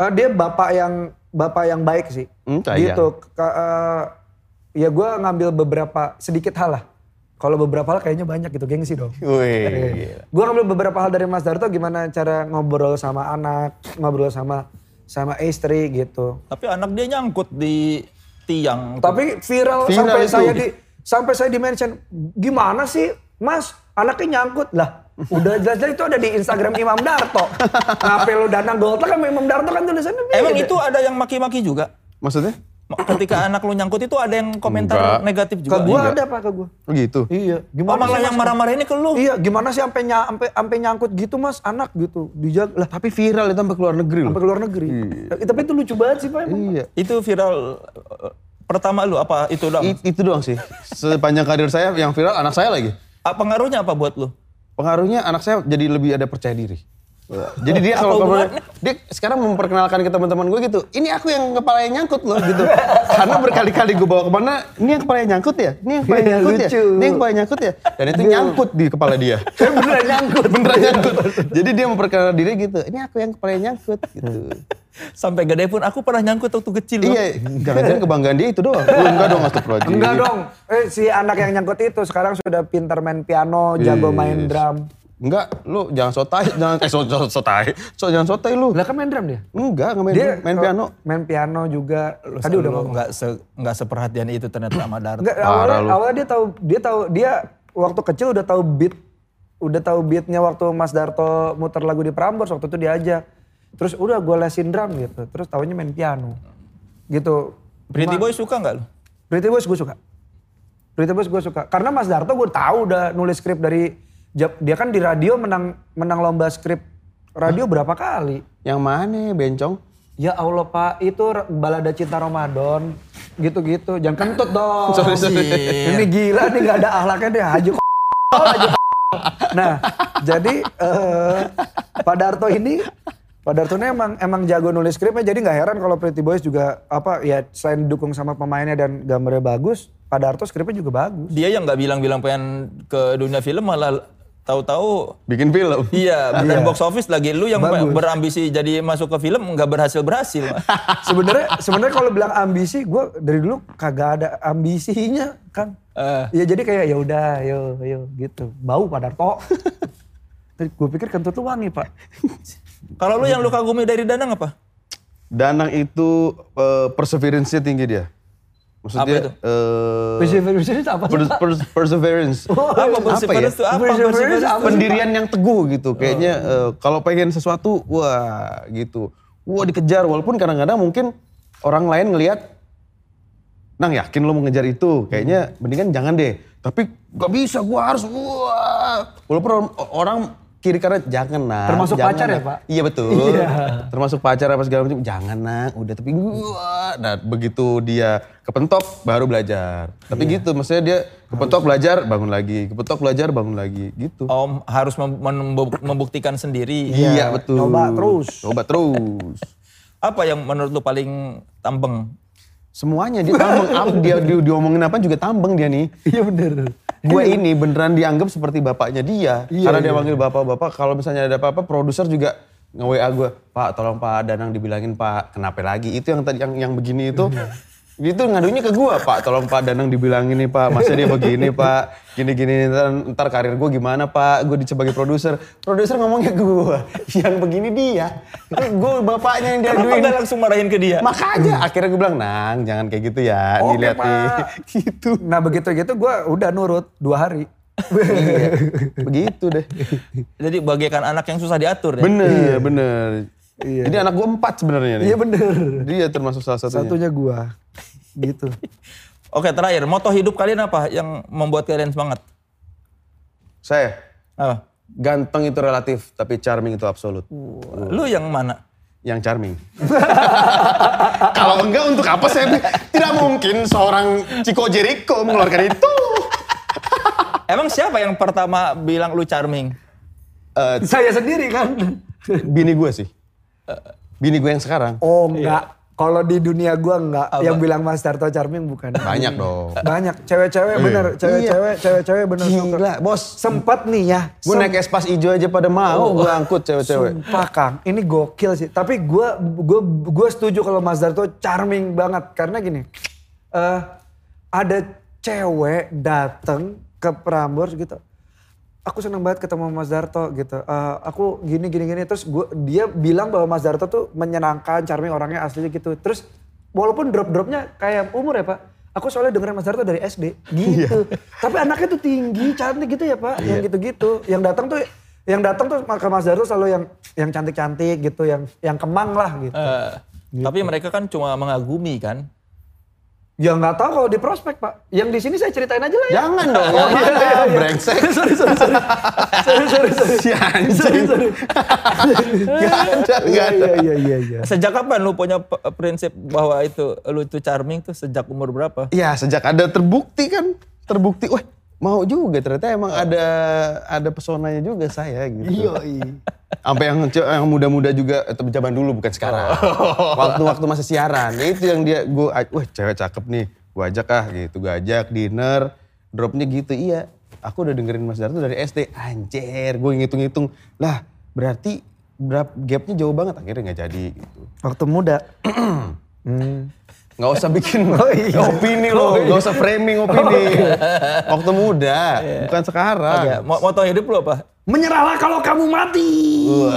Eh, dia bapak yang bapak yang baik sih. Hmm, sayang. gitu. Ka- eh, ya gue ngambil beberapa sedikit hal lah. Kalau beberapa hal kayaknya banyak gitu, gengsi dong. Wih. Gue ngambil beberapa hal dari Mas Darto gimana cara ngobrol sama anak, ngobrol sama sama istri gitu. Tapi anak dia nyangkut di tiang. Tapi viral, Viral sampai itu. saya di sampai saya di mention gimana sih Mas anaknya nyangkut lah. Udah jelas-jelas itu ada di Instagram Imam Darto. Ngapain lu danang golta kan sama Imam Darto kan tulisannya beda. Emang itu ada yang maki-maki juga? Maksudnya? Ma- Ketika anak lu nyangkut itu ada yang komentar Enggak. negatif ke juga? gua Enggak. ada apa ke gua? Oh gitu. Iya, Oh, gimana malah sih, yang Mas? marah-marahinnya ke lu? Iya, gimana sih sampai nya- sampai sampai nyangkut gitu Mas anak gitu. Dijaga lah Tapi viral itu sampai keluar negeri loh. sampai ke luar negeri. Eh, Tapi itu lucu banget sih Pak emang. Iya. Itu viral eh, pertama lu apa itu doang? I- itu doang sih. Sepanjang karir saya yang viral anak saya lagi. Ah, pengaruhnya apa buat lu? Pengaruhnya anak saya jadi lebih ada percaya diri. Jadi dia Apa kalau kemana- dia sekarang memperkenalkan ke teman-teman gue gitu. Ini aku yang kepalanya nyangkut loh gitu. Karena berkali-kali gue bawa kemana, ini yang kepalanya nyangkut ya, ini yang kepalanya Iya, nyangkut ya, lucu. ini yang kepalanya nyangkut ya. Dan itu nyangkut di kepala dia. Beneran nyangkut. Beneran nyangkut. Jadi dia memperkenalkan diri gitu. Ini aku yang kepalanya nyangkut gitu. Sampai gede pun aku pernah nyangkut waktu kecil. loh. iya, jangan-jangan kebanggaan dia itu doang. Oh, enggak dong, astagfirullahaladzim. Enggak dong, eh, si anak yang nyangkut itu sekarang sudah pintar main piano, jago main Yes. drum. Enggak, lu jangan sotai, jangan eh so, so, sotai. So, jangan sotai lu. Lah kan main drum dia? Enggak, enggak main, Dia eh, main piano. Main piano juga. Lu Tadi udah lu ngomong. nggak se nggak seperhatian itu ternyata sama Darto. Enggak, awalnya, Parah lu. awalnya dia tahu dia tahu dia waktu kecil udah tahu beat udah tahu beatnya waktu Mas Darto muter lagu di Prambors waktu itu diajak. Terus udah gue lesin drum gitu. Terus tahunya main piano. Gitu. Pretty Boy suka nggak lu? Pretty Boys gue suka. Pretty Boys gue suka. Karena Mas Darto gue tahu udah nulis skrip dari Jap- dia kan di radio menang menang lomba skrip radio berapa kali? Yang mana bencong? Ya Allah Pak, itu ra- balada cinta Ramadan gitu-gitu. Jangan kentut dong. Sorry, sorry. Ini gila nih gak ada ahlaknya deh. Haji aja. Nah, jadi eh, Pak Darto ini Pak Darto ini emang emang jago nulis skripnya jadi nggak heran kalau Pretty Boys juga apa ya selain dukung sama pemainnya dan gambarnya bagus, Pak Darto skripnya juga bagus. Dia yang nggak bilang-bilang pengen ke dunia film malah tahu-tahu Bikin film. Iya, bukan box office lagi. Lu yang Bagus. berambisi jadi masuk ke film nggak berhasil berhasil. Sebenarnya sebenarnya kalau bilang ambisi, gue dari dulu kagak ada ambisinya kan. Eh. Ya jadi kayak ya udah, yo yo gitu. Bau Pak Darto. gue pikir kentut tuh wangi Pak. Kalau lu yang lu kagumi dari Danang apa? Danang itu eh, perseverance-nya tinggi dia. Maksudnya Apa itu? eh, Perseverance itu apa sih? per- per- perseverance. Apa ya? perseverance itu apa? Perseverance Perseverance apa? Pendirian yang teguh gitu. Kayaknya Oh. eh, kalau pengen sesuatu, wah gitu. Wah dikejar walaupun kadang-kadang mungkin orang lain ngelihat Nang yakin lo mau ngejar itu, Hmm. kayaknya mendingan jangan deh. Tapi gak bisa, gua harus wah. Walaupun orang- orang kiri kanan jangan nang. Termasuk jangan, pacar ya, Nang." Pak? Iya betul. Termasuk pacar apa segala macam. Jangan nang, udah tapi gua. Nah begitu dia kepentok baru belajar. Tapi Iya. gitu, maksudnya dia kepentok belajar bangun lagi, kepentok belajar bangun lagi, gitu. Om harus mem- mem- membuktikan sendiri. Iya, betul. coba terus. Coba terus. Apa yang menurut lu paling tambeng? Semuanya dia tambeng, Apa dia, dia diomongin apa juga tambeng dia nih. Iya bener. gue ini beneran dianggap seperti bapaknya dia karena dia manggil bapak-bapak kalau misalnya ada apa-apa produser juga nge WA gue pak tolong pak Danang dibilangin pak kenapa lagi itu yang tadi yang yang begini itu itu ngadunya ke gue pak tolong pak Danang dibilangin nih pak masa dia begini pak gini gini ntar, ntar karir gue gimana pak gue di- sebagai produser produser ngomongnya ke gue yang begini dia gue bapaknya yang Kenapa diaduin nggak langsung marahin ke Ya. dia? makanya akhirnya gue bilang nang jangan kayak gitu ya Oke, dilihat nih Pak. gitu Nah begitu gitu gue udah nurut dua hari. Iya. begitu deh Iya. Jadi bagaikan anak yang susah diatur ya. Bener, bener. Jadi anak gue empat sebenarnya nih. Iya bener. Dia termasuk salah satunya. Satunya gue. Gitu. Oke terakhir, moto hidup kalian apa yang membuat kalian semangat? Saya, Apa? ganteng itu relatif, tapi charming itu absolut. Lu yang mana? Yang charming. Kalau enggak untuk apa saya bi- tidak mungkin seorang Chico Jericho mengeluarkan itu. Emang siapa yang pertama bilang lu charming? Eh, Saya sendiri Iya. kan. bini gue sih. Bini gue yang sekarang. Oh enggak. Kalau di dunia gua enggak. Yang bilang Mas Tarto Charming bukan. Banyak dong. Banyak. Cewek-cewek bener. Cewek-cewek, cewek-cewek bener. suka. Iya. Gila, bos. Sempet nih ya. Gue naik espas hijau aja pada mau gue angkut cewek-cewek. Sumpah Kang, ini gokil sih. Tapi gua gua gua setuju kalau Mas Darto charming banget karena gini. eh ada cewek dateng ke Prambors gitu. Aku seneng banget ketemu Mas Darto gitu. Eh, aku gini gini gini terus gua dia bilang bahwa Mas Darto tuh menyenangkan, charming orangnya aslinya gitu. Terus walaupun drop-dropnya kayak umur ya, Pak. Aku soalnya dengerin Mas Darto dari SD gitu. Tapi anaknya tuh tinggi, cantik gitu ya, Pak. Yang gitu-gitu. Yang datang tuh yang datang tuh ke Mas Darto selalu yang yang cantik-cantik gitu, yang yang kemang lah gitu. Eh, Tapi mereka kan cuma mengagumi kan? Ya nggak tahu kalau di prospek pak. Yang di sini saya ceritain aja lah ya. Jangan dong, jangan. brengsek. sorry sorry sorry. sorry sorry sorry. Si anjing. sorry sorry. Gak ada, gak Iya ada. iya iya iya. iya. Sejak kapan lu punya p- prinsip bahwa itu lu itu charming tuh sejak umur berapa? Ya sejak ada terbukti kan, terbukti, wah mau juga ternyata emang Iya. ada ada pesonanya juga saya gitu. Iya. Sampai yang ce- yang muda-muda juga eh, tapi zaman dulu bukan sekarang. Oh. Waktu-waktu masih siaran, ya itu yang dia gue, wah cewek cakep nih, gue ajak ah gitu, gue ajak dinner, dropnya gitu, iya. Aku udah dengerin Mas Darto dari SD, anjir, gue ngitung-ngitung, lah berarti berap- gapnya jauh banget, akhirnya nggak jadi gitu. Waktu muda. Hmm. Nggak usah bikin Oh, iya. opini Oh, lo, iya. nggak usah framing opini. Waktu muda, Iya. bukan sekarang. Ya, mo- moto hidup lu apa? Menyerahlah kalau kamu mati.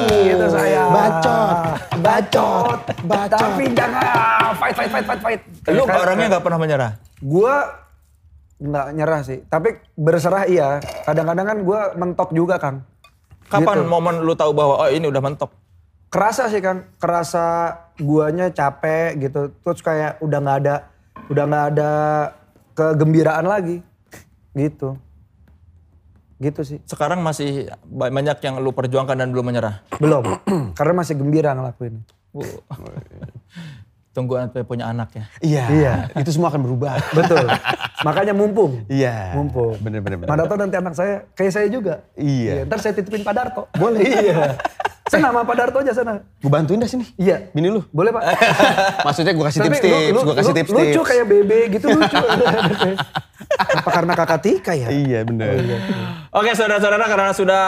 Gitu saya. Bacot, bacot, bacot. Tapi jangan fight fight fight fight fight. Lu orangnya nggak pernah menyerah. Gua nggak nyerah sih. Tapi berserah iya. Kadang-kadang kan gua mentok juga Kang. Kapan Gitu. momen lu tahu bahwa oh ini udah mentok? kerasa sih Kang, kerasa guanya capek gitu. Terus kayak udah nggak ada udah nggak ada kegembiraan lagi. Gitu. Gitu sih. Sekarang masih ba- banyak yang lu perjuangkan dan belum menyerah. Belum. Karena masih gembira ngelakuin. Wuh. Tunggu sampai punya anak ya. Iya, Iya. itu semua akan berubah. Betul. Makanya mumpung. Iya. Mumpung. Bener, bener, bener. Pak Darto nanti anak saya kayak saya juga. Iya. Ntar saya titipin Pak Darto. Boleh. Iya. Sana sama Pak Darto aja sana. Gue bantuin dah sini. Iya. Bini lu. Boleh Pak. Maksudnya gue kasih Tapi lu- tips-tips, lu- gue kasih lu- tips-tips. Lucu kayak bebe gitu lucu. Apa karena kakak Tika ya? Iya bener. Oh, Oke saudara-saudara karena sudah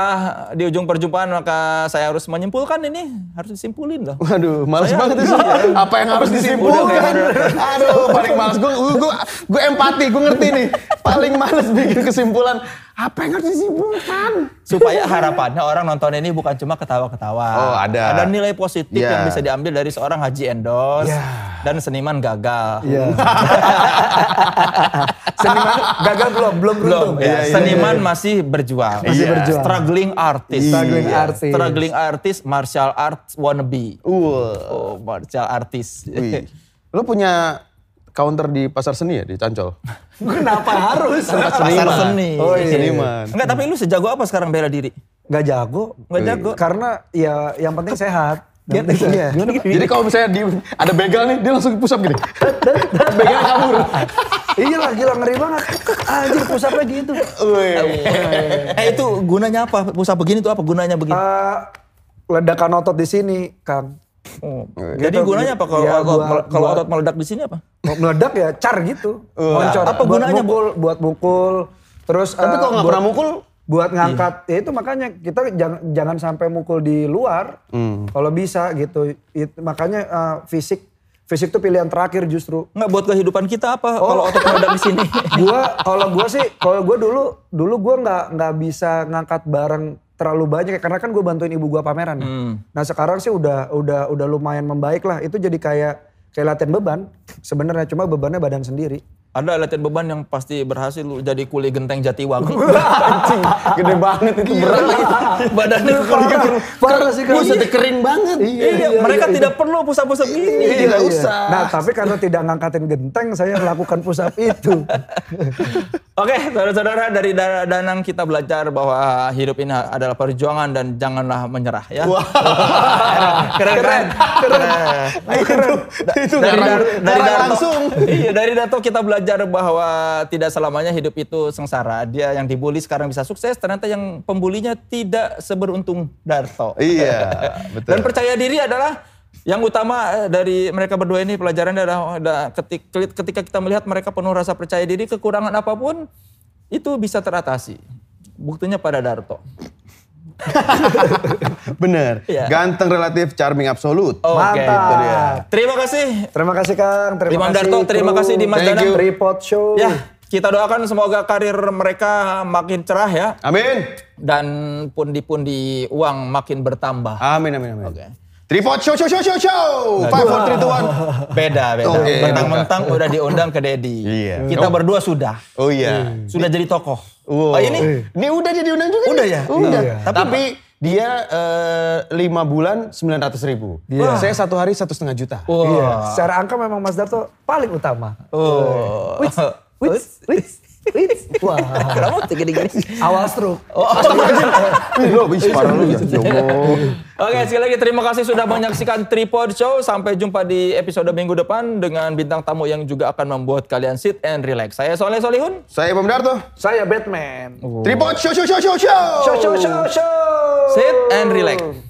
di ujung perjumpaan maka saya harus menyimpulkan ini harus disimpulin loh. Waduh, males banget itu sih. Apa yang harus disimpulkan? Aduh, paling males. Gue gue gue empati, gue ngerti nih. Paling males bikin kesimpulan. Apa yang harus disimpulkan? Supaya harapannya orang nonton ini bukan cuma ketawa-ketawa. Oh, ada. Ada nilai positif Iya. yang bisa diambil dari seorang Haji Endos Iya. dan seniman gagal. Iya. Seniman gagal belum, belum beruntung. Belum, ya. Iya, iya, seniman masih berjuang. Masih Iya. berjuang. Struggling artist. Struggling Iya. artist. Struggling artist, martial arts wannabe. Uh. Oh, martial artist. Iya. Wih. Lo punya counter di pasar seni ya di Ancol? Kenapa harus? Pasar seni. Oh iya. Oh, Seniman. Enggak, tapi lu sejago apa sekarang bela diri? Gak jago. Nggak jago. Iya. Karena ya yang penting sehat. Iya. Yang penting sehat. Jadi kalau misalnya di, ada begal nih, dia langsung pusap gini. begal kabur. Iya lah gila ngeri banget. Anjir pusatnya gitu. iya, Eh itu gunanya apa? Pusat begini tuh apa gunanya begini? Eh, ledakan otot di sini, Kang. Oh, Jadi gitu. gunanya apa kalau Ya, kalau- gua- kalau gua- otot meledak di sini apa? Mau meledak ya car gitu. Oh, iya. Moncor. Apa gunanya, buat mukul, buat mukul. Terus Tapi eh, kalau nggak buat- pernah mukul, Iya. buat ngangkat ya itu makanya kita jangan jangan sampai mukul di luar Hmm. kalau bisa gitu It- makanya eh, fisik fisik tuh pilihan terakhir justru Enggak buat kehidupan kita apa Oh. kalau otot meledak di sini? gua kalau gua sih kalau gua dulu dulu gua nggak nggak bisa ngangkat barang terlalu banyak ya, karena kan gue bantuin ibu gua pameran ya. Hmm. nah sekarang sih udah udah udah lumayan membaik lah itu jadi kayak kayak latihan beban sebenarnya cuma bebannya badan sendiri Ada latihan beban yang pasti berhasil lu jadi kuli genteng jatiwangi. anjing, gede banget itu berat lagi. Badannya kekeringan. gitu, parah sih Buset, kering banget. Iya, mereka tidak perlu pusat-pusat gini. Iya, nggak usah. Nah tapi karena tidak ngangkatin genteng saya melakukan push up itu. Oke, saudara-saudara dari Da- Danang kita belajar bahwa hidup ini adalah perjuangan dan janganlah menyerah ya. keren, keren, keren. itu Dari, darah, Dar- dari darah Darto- langsung. Iya, dari Dato kita belajar bahwa tidak selamanya hidup itu sengsara. Dia yang dibully sekarang bisa sukses, ternyata yang pembulinya tidak seberuntung Darto. Iya, betul. Dan percaya diri adalah yang utama eh, dari mereka berdua ini pelajarannya adalah ada ketik- ketika kita melihat mereka penuh rasa percaya diri, kekurangan apapun itu bisa teratasi. Buktinya pada Darto. Bener. Iya. Ganteng relatif, charming absolut. Oke, Mantap. itu dia. Terima kasih Terima kasih Kang, terima Imam kasih. Darto, terima kru. kasih Dimas Thank Danang. you. Report Show. Ya, kita doakan semoga karir mereka makin cerah ya Amin. dan pundi-pundi uang makin bertambah. Amin, amin, amin. Tripod show, show, show, show, show. Five, four, three, two, one. Beda, beda. Oke, Mentang-mentang udah diundang ke Dedi. Iya. Kita berdua sudah. Oh iya. Sudah jadi tokoh. Oh, Wow. ini Ini udah jadi undang juga. Udah nih. ya? Udah. Iya. Tapi, dia eh, lima bulan sembilan ratus ribu. Saya satu hari satu setengah juta. Iya. Secara angka memang Mas Darto paling utama. Oh. Wits, wits, wits, wits. Wah. Kenapa tuh gini-gini? Awal stroke. Ih, lo bisa parah lu ya. Jomblo. Oke, sekali lagi terima kasih sudah menyaksikan Tripod Show. Sampai jumpa di episode minggu depan dengan bintang tamu yang juga akan membuat kalian sit and relax. Saya Soleh Solihun. Saya Bam Darto. Saya Batman. Tripod show, show, show, show, show. Show, show, show, show. Sit and relax.